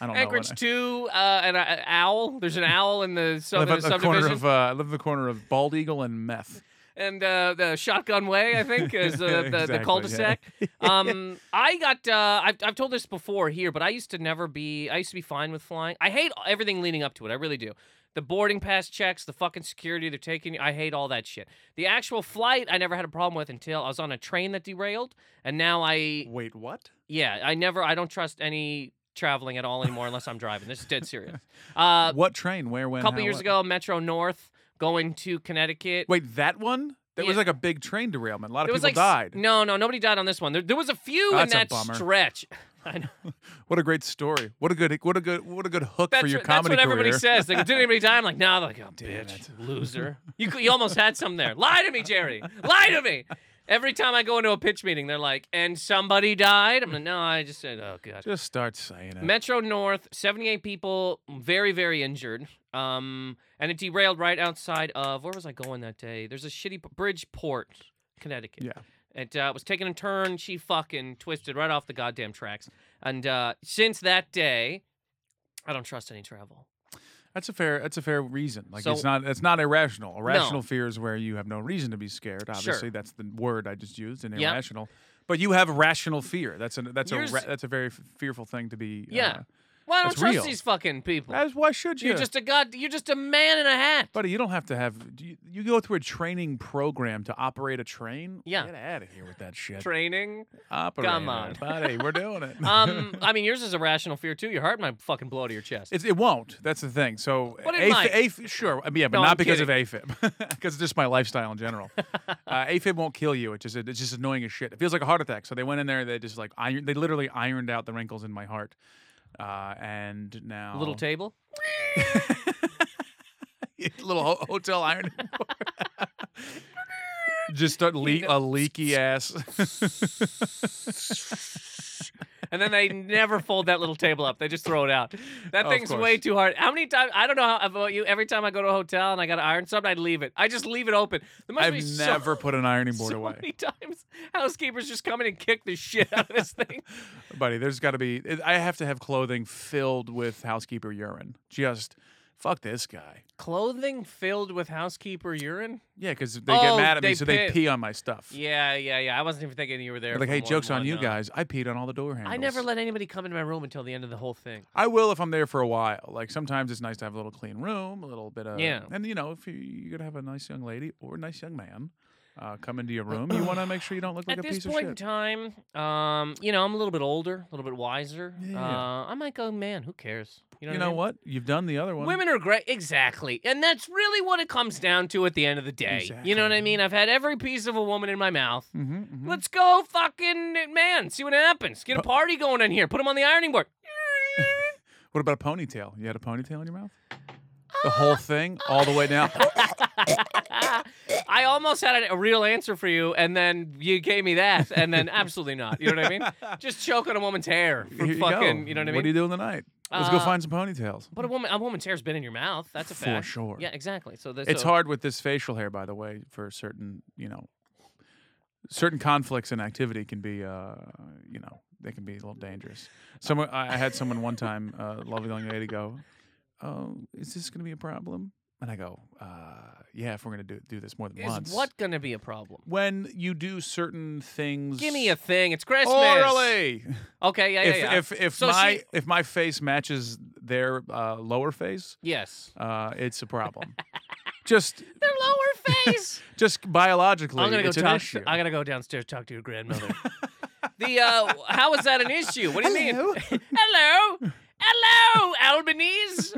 B: I don't
A: Anchorage
B: know.
A: two, uh, and an owl. There's an owl in the
B: what I- I live
A: southern
B: at the corner
A: subdivision,
B: of uh, I live at the corner of Bald Eagle and Meth.
A: and uh, the Shotgun Way, I think, is uh, the, the,
B: Exactly,
A: the
B: yeah.
A: cul-de-sac. Um, I got. Uh, I've I've told this before here, but I used to never be. I used to be fine with flying. I hate everything leading up to it. I really do. The boarding pass checks, the fucking security they're taking. you- I hate all that shit. The actual flight, I never had a problem with until I was on a train that derailed, and now I
B: Wait, what?
A: yeah, I never. I don't trust any traveling at all anymore unless I'm driving. This is dead serious. Uh,
B: what train? Where? When?
A: a couple
B: how,
A: years
B: what?
A: ago, Metro North going to Connecticut.
B: Wait, that one? That was
A: Yeah.
B: like a big train derailment. A lot of
A: There
B: people
A: was like s-
B: died.
A: No, no, nobody died on this one. There, there was a few
B: Oh,
A: in
B: that's a
A: that
B: bummer.
A: stretch. I know.
B: What a great story. What a good what a good what a good hook
A: That's,
B: for your
A: what- that's
B: comedy
A: what everybody
B: career.
A: says. They go, did anybody die? I'm like, nah. They're like, oh,
B: Damn
A: bitch, loser. You cou- you almost had some there. Lie to me, Jerry. Lie to me. Every time I go into a pitch meeting, they're like, and somebody died. I'm like, no, I just said, oh god.
B: Just start saying it.
A: Metro North, 78 people, very, very injured. Um, and it derailed right outside of where was I going that day? There's a shitty p- Bridgeport, Connecticut.
B: yeah.
A: It uh, was taking a turn. She fucking twisted right off the goddamn tracks. And uh, since that day, I don't trust any travel.
B: That's a fair that's a fair reason. Like it's
A: So-
B: not it's not irrational. Irrational fear is where you have no reason to be scared. Obviously, that's the word I just used, and
A: Yep.
B: irrational. But you have rational fear. That's an that's
A: Yours-
B: a ra- that's a very f- fearful thing to be.
A: Yeah.
B: uh,
A: Well, I don't
B: That's
A: trust
B: real.
A: these fucking people.
B: as why should you?
A: You're just a god. You're just a man in a hat.
B: buddy. You don't have to have. do You, you go through a training program to operate a train.
A: Yeah.
B: Get out of here with that shit.
A: Training.
B: operate,
A: Come on.
B: it, buddy. We're doing it.
A: Um, I mean, yours is a rational fear too. Your heart might fucking blow to your chest.
B: It, it won't. That's the thing. So,
A: But it might.
B: AFib, sure. I mean, yeah, but
A: No,
B: not
A: I'm
B: because of AFib, because it's just my lifestyle in general. uh, AFib won't kill you. It just it's just annoying as shit. It feels like a heart attack. So they went in there. They just like iron. They literally ironed out the wrinkles in my heart. Uh, and now
A: Little table.
B: little ho- hotel iron. just start le- a leaky ass.
A: and then they never fold that little table up. They just throw it out. That
B: Of
A: thing's
B: course.
A: way too hard. How many times? I don't know how about you. Every time I go to a hotel and I got to iron something, I'd leave it. I just leave it open. There must
B: I've
A: be so-
B: never put an ironing
A: so,
B: board away.
A: many times housekeepers just come in and kick the shit out of this thing.
B: buddy there's got to be it- i have to have clothing filled with housekeeper urine just fuck this guy
A: Clothing filled with housekeeper urine.
B: yeah because they
A: Oh,
B: get mad at me
A: they
B: so they
A: pit-
B: pee on my stuff
A: Yeah, yeah, yeah. I wasn't even thinking you were there.
B: They're like
A: for
B: hey
A: more
B: jokes
A: than
B: on
A: one,
B: you
A: no.
B: guys i peed on all the door handles
A: I never let anybody come into my room until the end of the whole thing.
B: i will if i'm there for a while like sometimes it's nice to have a little clean room a little bit of
A: Yeah.
B: and you know if you, you're gonna have a nice young lady or a nice young man uh, come into your room you want to make sure you don't look like
A: At
B: a
A: this
B: piece
A: point
B: of
A: in
B: shit
A: time, um, you know, I'm a little bit older, a little bit wiser.
B: Yeah.
A: Uh, I might go, man, who cares?
B: you know,
A: I mean?
B: what you've done the other one
A: Women are great, exactly, and that's really what it comes down to at the end of the day. You know what I
B: Exactly.
A: mean? I've had every piece of a woman in my mouth.
B: hmm hmm
A: Let's go, fucking man. See what happens. Get a
B: Bu-
A: party going in here. Put them on the ironing board.
B: what about a ponytail you had a ponytail in your mouth
A: Uh,
B: the whole thing all the way down
A: I almost had a- a real answer for you, and then you gave me that, and then absolutely not. You know what I mean? Just choking a woman's hair for
B: Here
A: fucking.
B: go.
A: You know what I mean?
B: What are you doing tonight? Let's go
A: Uh,
B: find some ponytails.
A: but a woman, a woman's hair's been in your mouth. That's a
B: For
A: fact.
B: sure.
A: Yeah, exactly. So this.
B: It's
A: so-
B: hard with this facial hair, by the way, for certain, you know, certain conflicts and activity can be, uh, you know, they can be a little dangerous. Someone, I I had someone one time, uh, lovely young lady, go, "Oh, is this going to be a problem?" And I go, uh, "Yeah, if we're going to do do this more than
A: Is
B: once."
A: what gonna be a problem?
B: When you do certain things,
A: Give me a thing. It's Christmas.
B: orally.
A: Okay. Yeah. Yeah.
B: if,
A: yeah.
B: if if
A: So
B: my
A: she-
B: if my face matches their uh, lower face,
A: yes.
B: uh, it's a problem. just
A: Their lower face.
B: just biologically,
A: I'm gonna go
B: it's an
A: talk.
B: issue.
A: I'm gonna go downstairs talk to your grandmother. the uh, how is that an issue? What do you
B: Hello?
A: mean? Hello, hello, Albanese.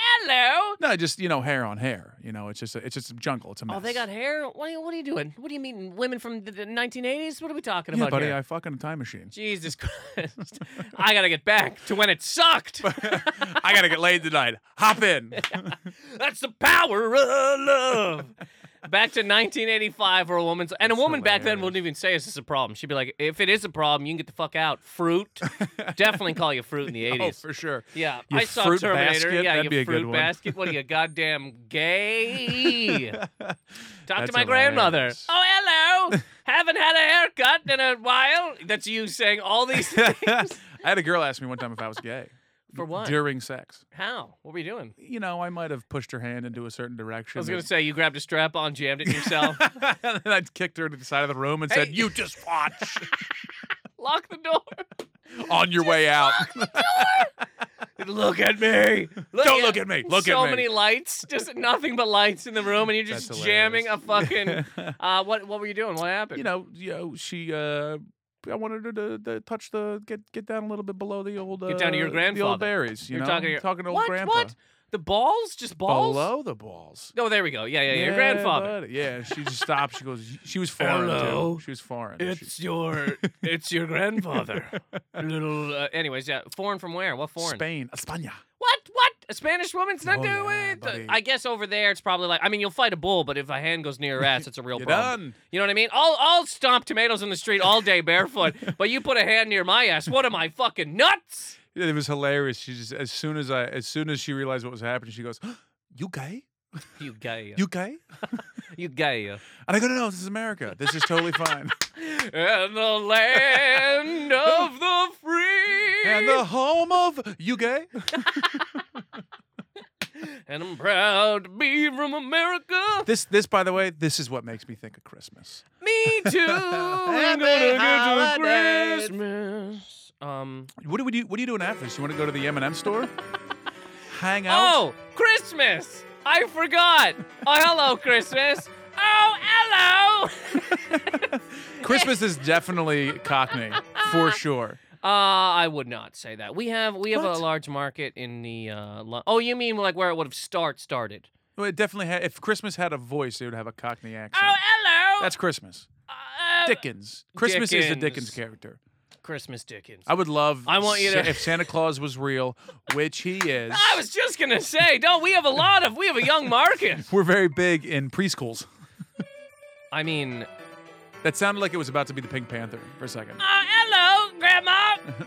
A: hello.
B: no, No, just you know, hair on hair. You know, it's just a, it's just a jungle. It's a mess.
A: Oh, they got hair. What are, you, what are you doing? What do you mean, women from the the 1980s? What are we talking
B: yeah,
A: about
B: buddy.
A: here?
B: I fuck on a time machine.
A: Jesus Christ! I gotta get back to when it sucked.
B: I gotta get laid tonight. Hop in.
A: That's the power of love. Back to 1985, where a woman's and a
B: That's
A: woman back then
B: hilarious.
A: wouldn't even say this is a problem. She'd be like, "If it is a problem, you can get the fuck out." Fruit, definitely call you fruit in the 80s.
B: oh, for sure.
A: Yeah,
B: You
A: I saw
B: fruit
A: Terminator.
B: basket?
A: Yeah,
B: That'd
A: you
B: be a good
A: fruit
B: one.
A: basket. What are you, goddamn gay? Talk
B: That's
A: to my grandmother.
B: hilarious.
A: Oh, hello. Haven't had a haircut in a while. That's you saying all these.
B: I had a girl ask me one time if I was gay.
A: For what?
B: During sex.
A: How? What were you doing?
B: You know, I might have pushed her hand into a certain direction.
A: I was gonna say you grabbed a strap on, jammed it in yourself,
B: and then I kicked her to the side of the room and said,
A: Hey.
B: "You just watch
A: lock the door.
B: on your way out.
A: Look at me.
B: Don't look at me. Look
A: so
B: at me."
A: many lights, just nothing but lights in the room, and you're just
B: That's
A: jamming a fucking.
B: hilarious.
A: Uh, what what were you doing? What happened?
B: you know, you know, she. Uh, I wanted her to, to touch the get get down a little bit below the old. Uh,
A: Get down to your
B: The old
A: grandfather.
B: berries. You
A: You're
B: know,
A: talking to your-
B: talking to old
A: what?
B: grandpa.
A: What? The balls? Just balls?
B: Below the balls.
A: Oh, there we go. Yeah, yeah, yeah. Your grandfather.
B: buddy. Yeah, she just stopped. She goes. She was foreign
A: Hello.
B: too. She was foreign. She-
A: your, it's your grandfather. Little. Uh, anyways, yeah. Foreign from where? What foreign?
B: Spain, España.
A: What? What? A Spanish woman's not
B: Oh,
A: doing
B: yeah,
A: it.
B: buddy.
A: I guess over there it's probably like. I mean, you'll fight a bull, but if a hand goes near your ass, it's a real
B: You're
A: problem.
B: done.
A: You know what I mean? I'll I'll stomp tomatoes in the street all day barefoot, but you put a hand near my ass. What am I fucking nuts?
B: It was hilarious. She just as soon as I as soon as she realized what was happening, she goes, "You gay?
A: You gay. You,
B: You gay?"
A: gay.
B: And I go, "No, no, this is America. This is totally fine."
A: And the land of the free.
B: and the home of you gay.
A: And I'm proud to be from America.
B: This this by the way, this is what makes me think of Christmas.
A: Me too. I'm
B: Happy
A: gonna
B: holidays.
A: get you Christmas. Um.
B: What do we do? What are you doing after this? You want to go to the M and M store? Hang out.
A: Oh, Christmas! I forgot. Oh, hello, Christmas. Oh, hello. eh.
B: Christmas is definitely Cockney for sure.
A: Uh, I would not say that. We have we have
B: What?
A: a large market in the uh Lo- Oh, you mean like where it would have start started.
B: Well, it definitely. Ha- if Christmas had a voice, it would have a Cockney accent.
A: Oh, hello.
B: That's Christmas.
A: uh,
B: Dickens. Christmas is a Dickens
A: Dickens.
B: character.
A: Christmas Dickens.
B: I would love.
A: I want you to-
B: Sa- If Santa Claus was real, which he is.
A: I was just going to say, no, we have a lot of we have a young market.
B: We're very big in preschools.
A: I mean,
B: That sounded like it was about to be the Pink Panther for a second.
A: oh, hello, grandma.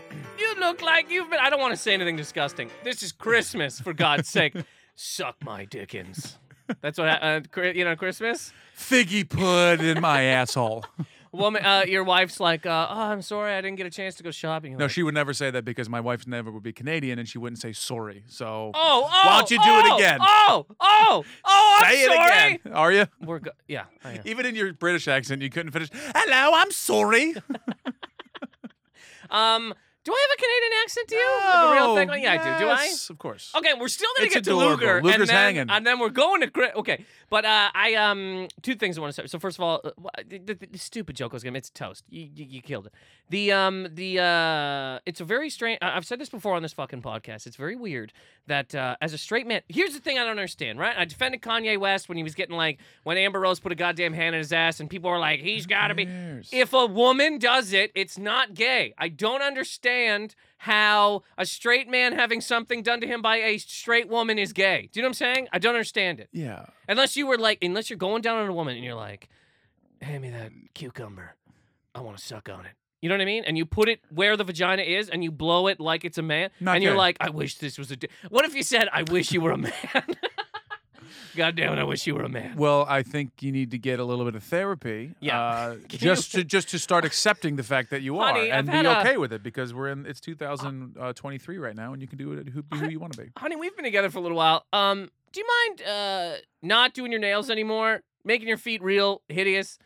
A: You look like you've been I don't want to say anything disgusting. This is Christmas for God's sake. Suck my Dickens. That's what I- uh, Chri- you know Christmas?
B: Figgy put in my asshole.
A: Woman uh, your wife's like, uh, "Oh, I'm sorry I didn't get a chance to go shopping." You're
B: No,
A: like,
B: she would never say that because my wife never would be Canadian and she wouldn't say sorry. So
A: Oh, oh.
B: Why don't you do it
A: oh,
B: again?
A: Oh, oh, oh, I'm
B: say
A: sorry.
B: it again. Are you?
A: We're go- yeah, I am.
B: Even in your British accent, you couldn't finish. Hello, I'm sorry.
A: Um, do I have a Canadian accent to you? Like a real thing?
B: Oh,
A: yeah, I do. Do I? Oh,
B: yes, Of course.
A: Okay, we're still gonna
B: It's
A: get
B: adorable.
A: to Luger, and
B: Luger's
A: then
B: hanging.
A: and then we're going to Chris. Okay, but uh, I um two things I want to say. So first of all, uh, wh- the, the, the stupid joke I was gonna it's toast. You, you, you killed it. The um the uh it's a very strange. I- I've said this before on this fucking podcast. It's very weird that uh, as a straight man, here's the thing I don't understand. Right, I defended Kanye West when he was getting like when Amber Rose put a goddamn hand in his ass, and people were like, he's gotta be.
B: Years.
A: If a woman does it, it's not gay. I don't understand how a straight man having something done to him by a straight woman is gay. Do you know what I'm saying? I don't understand it.
B: Yeah.
A: Unless you were like, unless you're going down on a woman and you're like, hand me that cucumber. I want to suck on it. You know what I mean? And you put it where the vagina is and you blow it like it's a man.
B: Not
A: and you're
B: gay.
A: like, I wish this was a. Di-. What if you said, I wish you were a man? God damn it, I wish you were a man.
B: Well, I think you need to get a little bit of therapy.
A: Yeah.
B: Uh,
A: you-
B: just to just to start accepting the fact that you are
A: Honey, I've
B: and
A: had
B: be
A: a-
B: okay with it because we're in it's 2023 right now and you can do it who, be who you want to be.
A: honey, we've been together for a little while. Um, do you mind uh not doing your nails anymore, making your feet real hideous,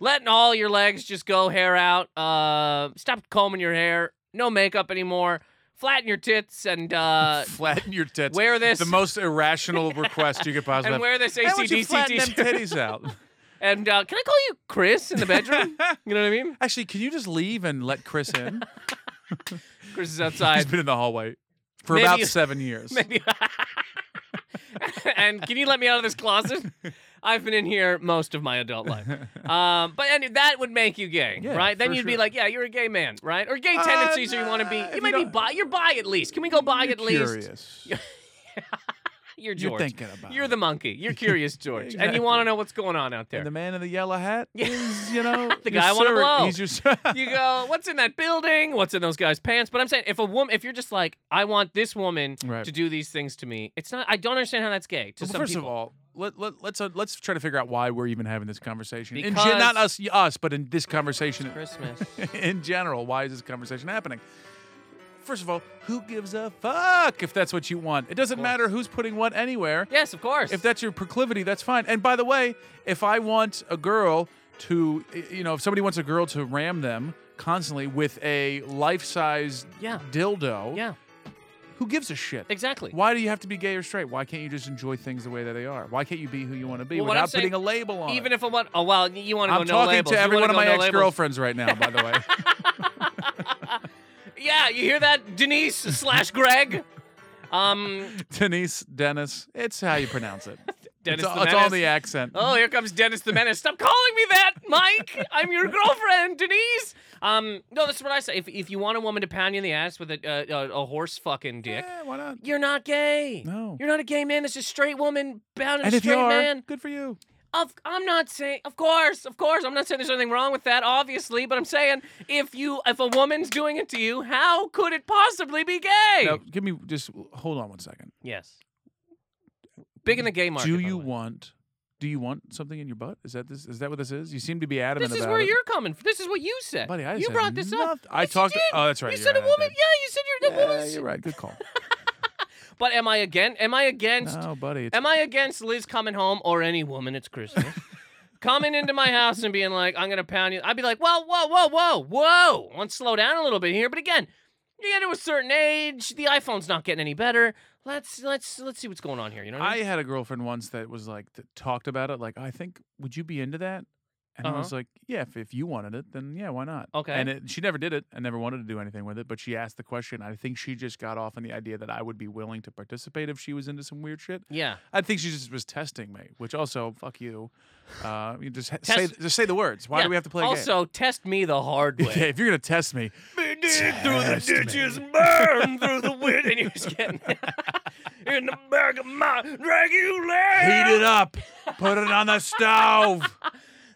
A: letting all your legs just go hair out? Uh, stop combing your hair, no makeup anymore, flatten your tits, and uh,
B: Flatten your tits.
A: wear this
B: the most irrational request you could possibly
A: and wear this
B: have. Hey, would you
A: ACDC
B: flatten them
A: t-shirt.
B: titties out?
A: And uh, can I call you Chris in the bedroom? you know what I mean?
B: Actually, can you just leave and let Chris in?
A: Chris is
B: He's
A: outside.
B: been in the hallway for
A: Maybe
B: about
A: you-
B: seven years.
A: Maybe. and can you let me out of this closet? I've been in here most of my adult life. Um, but any that would make you gay,
B: Yeah,
A: right? Then
B: for
A: you'd be
B: sure.
A: like, yeah, you're a gay man, right? Or gay
B: Uh,
A: tendencies, or you want to be.
B: if
A: You
B: you
A: might be
B: don't-
A: bi. You're bi at least. Can we go bi
B: You're
A: at least?
B: curious.
A: You're
B: You're
A: George.
B: thinking about.
A: You're
B: it.
A: the monkey. You're curious, George, and you
B: Exactly.
A: want to know what's going on out there.
B: and the man in the yellow hat
A: Yeah.
B: is, you know,
A: The
B: your
A: guy I wanna
B: surrog-
A: blow.
B: He's your sur-
A: you go, what's in that building? What's in those guys' pants? But I'm saying, if a woman, if you're just like, I want this woman
B: Right.
A: to do these things to me, it's not. I don't understand how that's gay. To
B: Well,
A: some
B: first
A: people.
B: of all, let, let, let's uh, let's try to figure out why we're even having this conversation. In gen-
A: Because-
B: not us y- us, but in this conversation
A: Christmas.
B: in general, why is this conversation happening? First of all, who gives a fuck if that's what you want? It doesn't
A: course.
B: matter who's putting what anywhere.
A: yes, of course.
B: If that's your proclivity, that's fine. And by the way, if I want a girl to, y- you know, if somebody wants a girl to ram them constantly with a life-size
A: Yeah.
B: dildo,
A: yeah,
B: who gives a shit?
A: exactly.
B: Why do you have to be gay or straight? Why can't you just enjoy things the way that they are? Why can't you be who you want to be
A: Well, what I'm
B: without putting
A: saying-
B: a label on
A: Even
B: it?
A: if I want, oh well, you want to go
B: I'm
A: no
B: talking
A: labels.
B: to
A: You
B: every one
A: wanna
B: of my
A: go no labels.
B: ex-girlfriends right now, by the way.
A: Yeah, you hear that, Denise slash Greg? Um,
B: Denise, Dennis, it's how you pronounce it.
A: Dennis
B: it's, all-
A: the
B: it's all
A: Menace.
B: the accent.
A: Oh, here comes Dennis the Menace. Stop calling me that, Mike. I'm your girlfriend, Denise. Um, no, this is what I say. If, if you want a woman to pound you in the ass with a uh, a, a horse fucking dick,
B: Eh, why not?
A: you're not gay.
B: No.
A: You're not a gay man. That's a straight woman pounding
B: and
A: a
B: if you
A: straight
B: are,
A: man.
B: good for you.
A: Of, I'm not saying, of course, of course. I'm not saying there's anything wrong with that, obviously. But I'm saying if you, if a woman's doing it to you, how could it possibly be gay?
B: Now, give me just hold on one second.
A: Yes. Big in the gay market.
B: do
A: by the
B: you
A: way.
B: want? Do you want something in your butt? Is that this? Is that what this is? You seem to be adamant
A: This is
B: about
A: where
B: it.
A: you're coming. from. This is what you said.
B: Buddy, I
A: you
B: just said
A: brought this up.
B: noth- I
A: Yes, you
B: talked.
A: did.
B: Oh, that's right.
A: You
B: you're
A: said a
B: right, I
A: woman.
B: did.
A: Yeah, you said you're the
B: Yeah,
A: woman's.
B: you're right. Good call.
A: But am I again? Am I against?
B: no, buddy. It's
A: Am I against Liz coming home or any woman? It's Christmas. coming into my house and being like, "I'm gonna pound you." I'd be like, "Whoa, whoa, whoa, whoa, whoa! Let's slow down a little bit here." But again, you get to a certain age, the iPhone's not getting any better. Let's let's let's see what's going on here. You know what I
B: I
A: mean?
B: had a girlfriend once that was like that talked about it. Like, I think would you be into that? And
A: Uh-huh.
B: I was like, yeah, if, if you wanted it, then yeah, why not?
A: Okay.
B: And it, she never did it. I never wanted to do anything with it, but she asked the question. I think she just got off on the idea that I would be willing to participate if she was into some weird shit.
A: yeah.
B: I think she just was testing me, which also fuck you. Uh, you just ha- say
A: Test-
B: just say the words. Why
A: Yeah.
B: do we have to play? a game?
A: Also, test me the hard way.
B: yeah, if you're gonna test me,
A: Be dig through the
B: Test me.
A: ditches, burn through the wind, and you're just getting in the back of my regular.
B: heat it up, put it on the stove.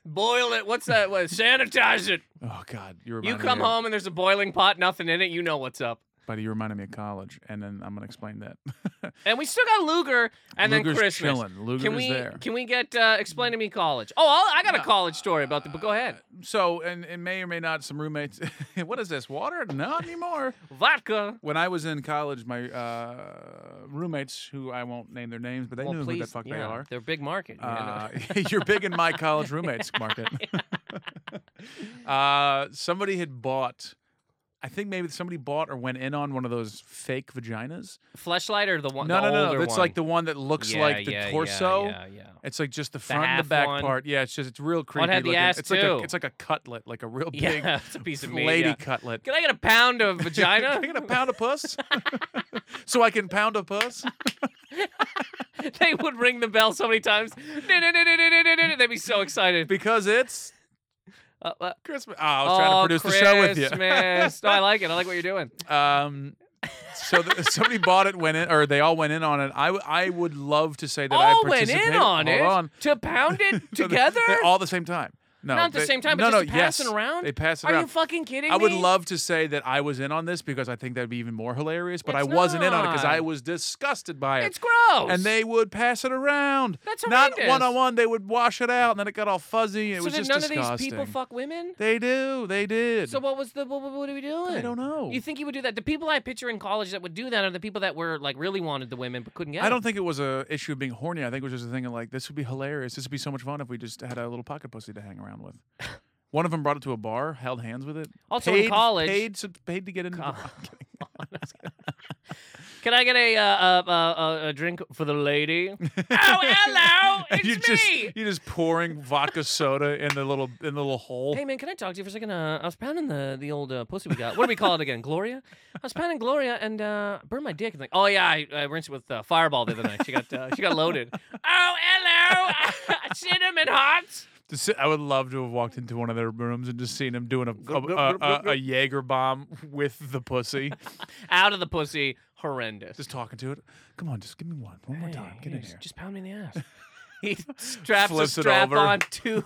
A: Boil it. What's that? What, sanitize it.
B: Oh God, you
A: You
B: reminded
A: come
B: me of-
A: home and there's a boiling pot, nothing in it. You know what's up.
B: buddy. You reminded me of college, and then I'm gonna explain that.
A: And we still got Luger and then
B: Luger's
A: Christmas.
B: chilling. Luger's
A: Can we
B: there.
A: can we get uh, explain to me college? Oh, I'll, I got a
B: No,
A: college story about that, but go ahead.
B: so, and it may or may not. Some roommates. what is this? Water? Not anymore.
A: Vodka.
B: When I was in college, my uh, roommates, who I won't name their names, but they
A: well,
B: knew
A: please,
B: who the fuck
A: yeah,
B: they are.
A: They're big market.
B: Uh, you're big in my college roommates market. uh, somebody had bought. I think maybe somebody bought or went in on one of those fake vaginas.
A: Fleshlight or the one?
B: no,
A: the
B: no,
A: older
B: no. It's
A: one?
B: like the one that looks
A: yeah,
B: like the
A: yeah, yeah,
B: torso.
A: Yeah, yeah.
B: It's like just the front and
A: half
B: the back
A: one.
B: part. Yeah, it's just it's real creepy.
A: had the
B: looking.
A: ass,
B: it's like a
A: too.
B: it's like a cutlet, like a real big
A: Yeah, it's a piece of meat.
B: lady
A: yeah.
B: cutlet.
A: Can I get a pound of vagina?
B: Can I get a pound of puss? so I can pound a puss?
A: they would ring the bell so many times. They'd be so excited.
B: Because it's
A: Uh, uh,
B: Christmas. Oh, I was trying to produce the show with you.
A: Christmas. No, I like it. I like what you're doing.
B: Um, so th- somebody bought it, went in, or they all went in on it. I, w- I would love to say that
A: all
B: I
A: went in
B: participated.
A: on
B: Hold
A: it
B: on.
A: to pound it
B: So they-
A: together.
B: they- all the same time. No,
A: Not at the
B: they-
A: same time, but
B: No,
A: just
B: no,
A: passing
B: yes.
A: around?
B: They pass it
A: Are
B: around.
A: you fucking kidding
B: I would
A: me?
B: love to say that I was in on this because I think that'd be even more hilarious, but I
A: It's
B: wasn't in on it because
A: not.
B: I was disgusted by it.
A: It's gross.
B: and they would pass it around.
A: That's
B: not
A: horrendous.
B: one on one. They would wash it out, and then it got all fuzzy. And it
A: so
B: was
A: did
B: just
A: none
B: disgusting.
A: of these people fuck women?
B: they do. They did.
A: So what was the what, what what are we doing?
B: I don't know.
A: You think you would do that? The people I picture in college that would do that are the people that were like really wanted the women but couldn't get.
B: I
A: them.
B: don't think it was a issue of being horny. I think it was just a thing of like this would be hilarious. This would be so much fun if we just had a little pocket pussy to hang around with. One of them brought it to a bar, held hands with it.
A: Also in
B: paid,
A: college-
B: paid, paid to get into.
A: Co-
B: The, I'm kidding.
A: Can I get a uh, uh, uh, uh, a drink for the lady? oh, hello,
B: And
A: it's
B: you
A: me.
B: just you just pouring vodka soda in the little in the little hole.
A: Hey man, can I talk to you for a second? Uh, I was pounding the the old uh, pussy we got. What do we call it again? Gloria. I was pounding Gloria and uh, burned my dick. And like, oh yeah, I, I rinsed it with uh, Fireball the other night. She got uh, she got loaded. oh hello, cinnamon hot.
B: To sit- I would love to have walked into one of their rooms and just seen him doing a a,
A: Glug, glug,
B: a,
A: glug,
B: a,
A: glug,
B: a Jaeger bomb with the pussy,
A: Out of the pussy, horrendous.
B: just talking to it. Come on, just give me one, one more
A: Hey,
B: time. Get
A: hey,
B: in
A: just-
B: here.
A: Just pound me in the ass. He straps a
B: Flips it
A: strap
B: over.
A: on to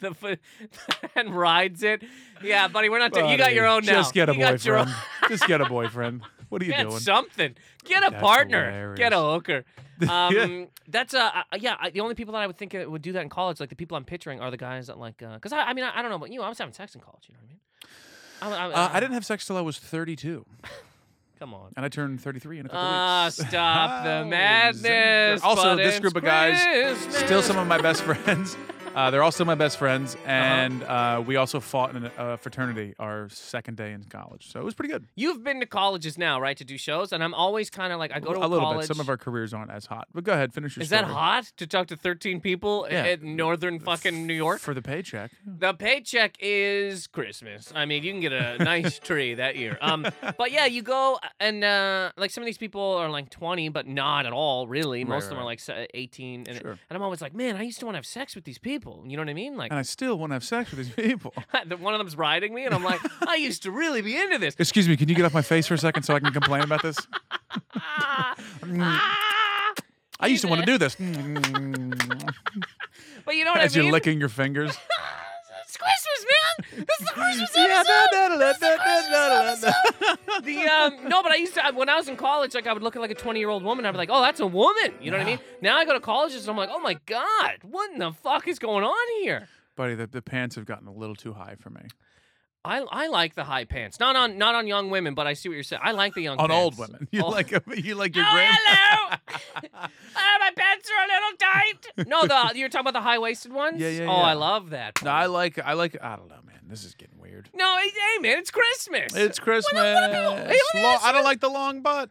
A: the foot and rides it. Yeah, buddy, we're not. doing you got your own
B: Buddy,
A: now.
B: Just get a
A: you
B: boyfriend.
A: Got your own-
B: just get a boyfriend. What are you
A: Get
B: doing?
A: something. Get a
B: That's
A: partner. Get a hooker.
B: Yeah.
A: Um, that's uh, I- yeah. I, the only people that I would think that would do that in college, like the people I'm picturing, are the guys that like, uh, cause I, I mean, I, I don't know about you. I was having sex in college. You know what I mean? I,
B: uh, I didn't have sex till I was 32,
A: Come on.
B: and I turned 33 in a couple
A: Ah,
B: weeks.
A: stop
B: Oh,
A: the
B: zinger.
A: madness.
B: Also,
A: but
B: this
A: it's
B: group of guys still
A: Christmas. Uh-huh.
B: some of my best friends. Uh, they're all still my best friends, and uh, we also fought in a uh, fraternity our second day in college, so it was pretty good.
A: You've been to colleges now, right, to do shows, and I'm always kind of like I go to
B: a little
A: college.
B: bit. Some of our careers aren't as hot, but go ahead, finish your.
A: is that
B: story.
A: hot to talk to 13 people
B: Yeah.
A: at northern fucking New York?
B: for the paycheck?
A: The paycheck is Christmas. I mean, you can get a nice tree that year. Um, but yeah, you go and uh, like some of these people are like 20, but not at all, really.
B: Right,
A: Most of them
B: right, right.
A: are like se- 18, and,
B: Sure.
A: and I'm always like, man, I used to want to have sex with these people. You know what I mean? Like
B: And I still want to have sex with these people.
A: the- one of them's riding me, and I'm like, I used to really be into this.
B: Excuse me, can you get off my face for a second so I can complain about this?
A: Ah,
B: Mm.
A: ah.
B: I used to want to do this.
A: But you know what
B: As
A: I mean?
B: you're licking your fingers.
A: it's Christmas, man. This is the Christmas
B: Yeah,
A: episode.
B: da, da, da, da, da, da, da, da.
A: The um, no, but I used to when I was in college, like I would look at like a twenty-year-old woman. I'd be like, "Oh, that's a woman." You know what I mean? Now I go to colleges, and I'm like, "Oh my god, what in the fuck is going on here?"
B: Buddy, the, the pants have gotten a little too high for me.
A: I, I like the high pants, not on not on young women, but I see what you're saying. I like the young
B: On old
A: pants.
B: women. You
A: Oh.
B: like you like
A: Oh,
B: your grand
A: hello! Ah, my pants are a little tight. No, the you're talking about the high waisted ones.
B: Yeah, yeah,
A: Oh,
B: yeah.
A: I love that.
B: No, I like I like I don't know, man. This is getting weird.
A: No, hey, hey, man, it's Christmas.
B: It's Christmas.
A: let me
B: Long-
A: ask
B: I
A: you
B: don't like the long butt.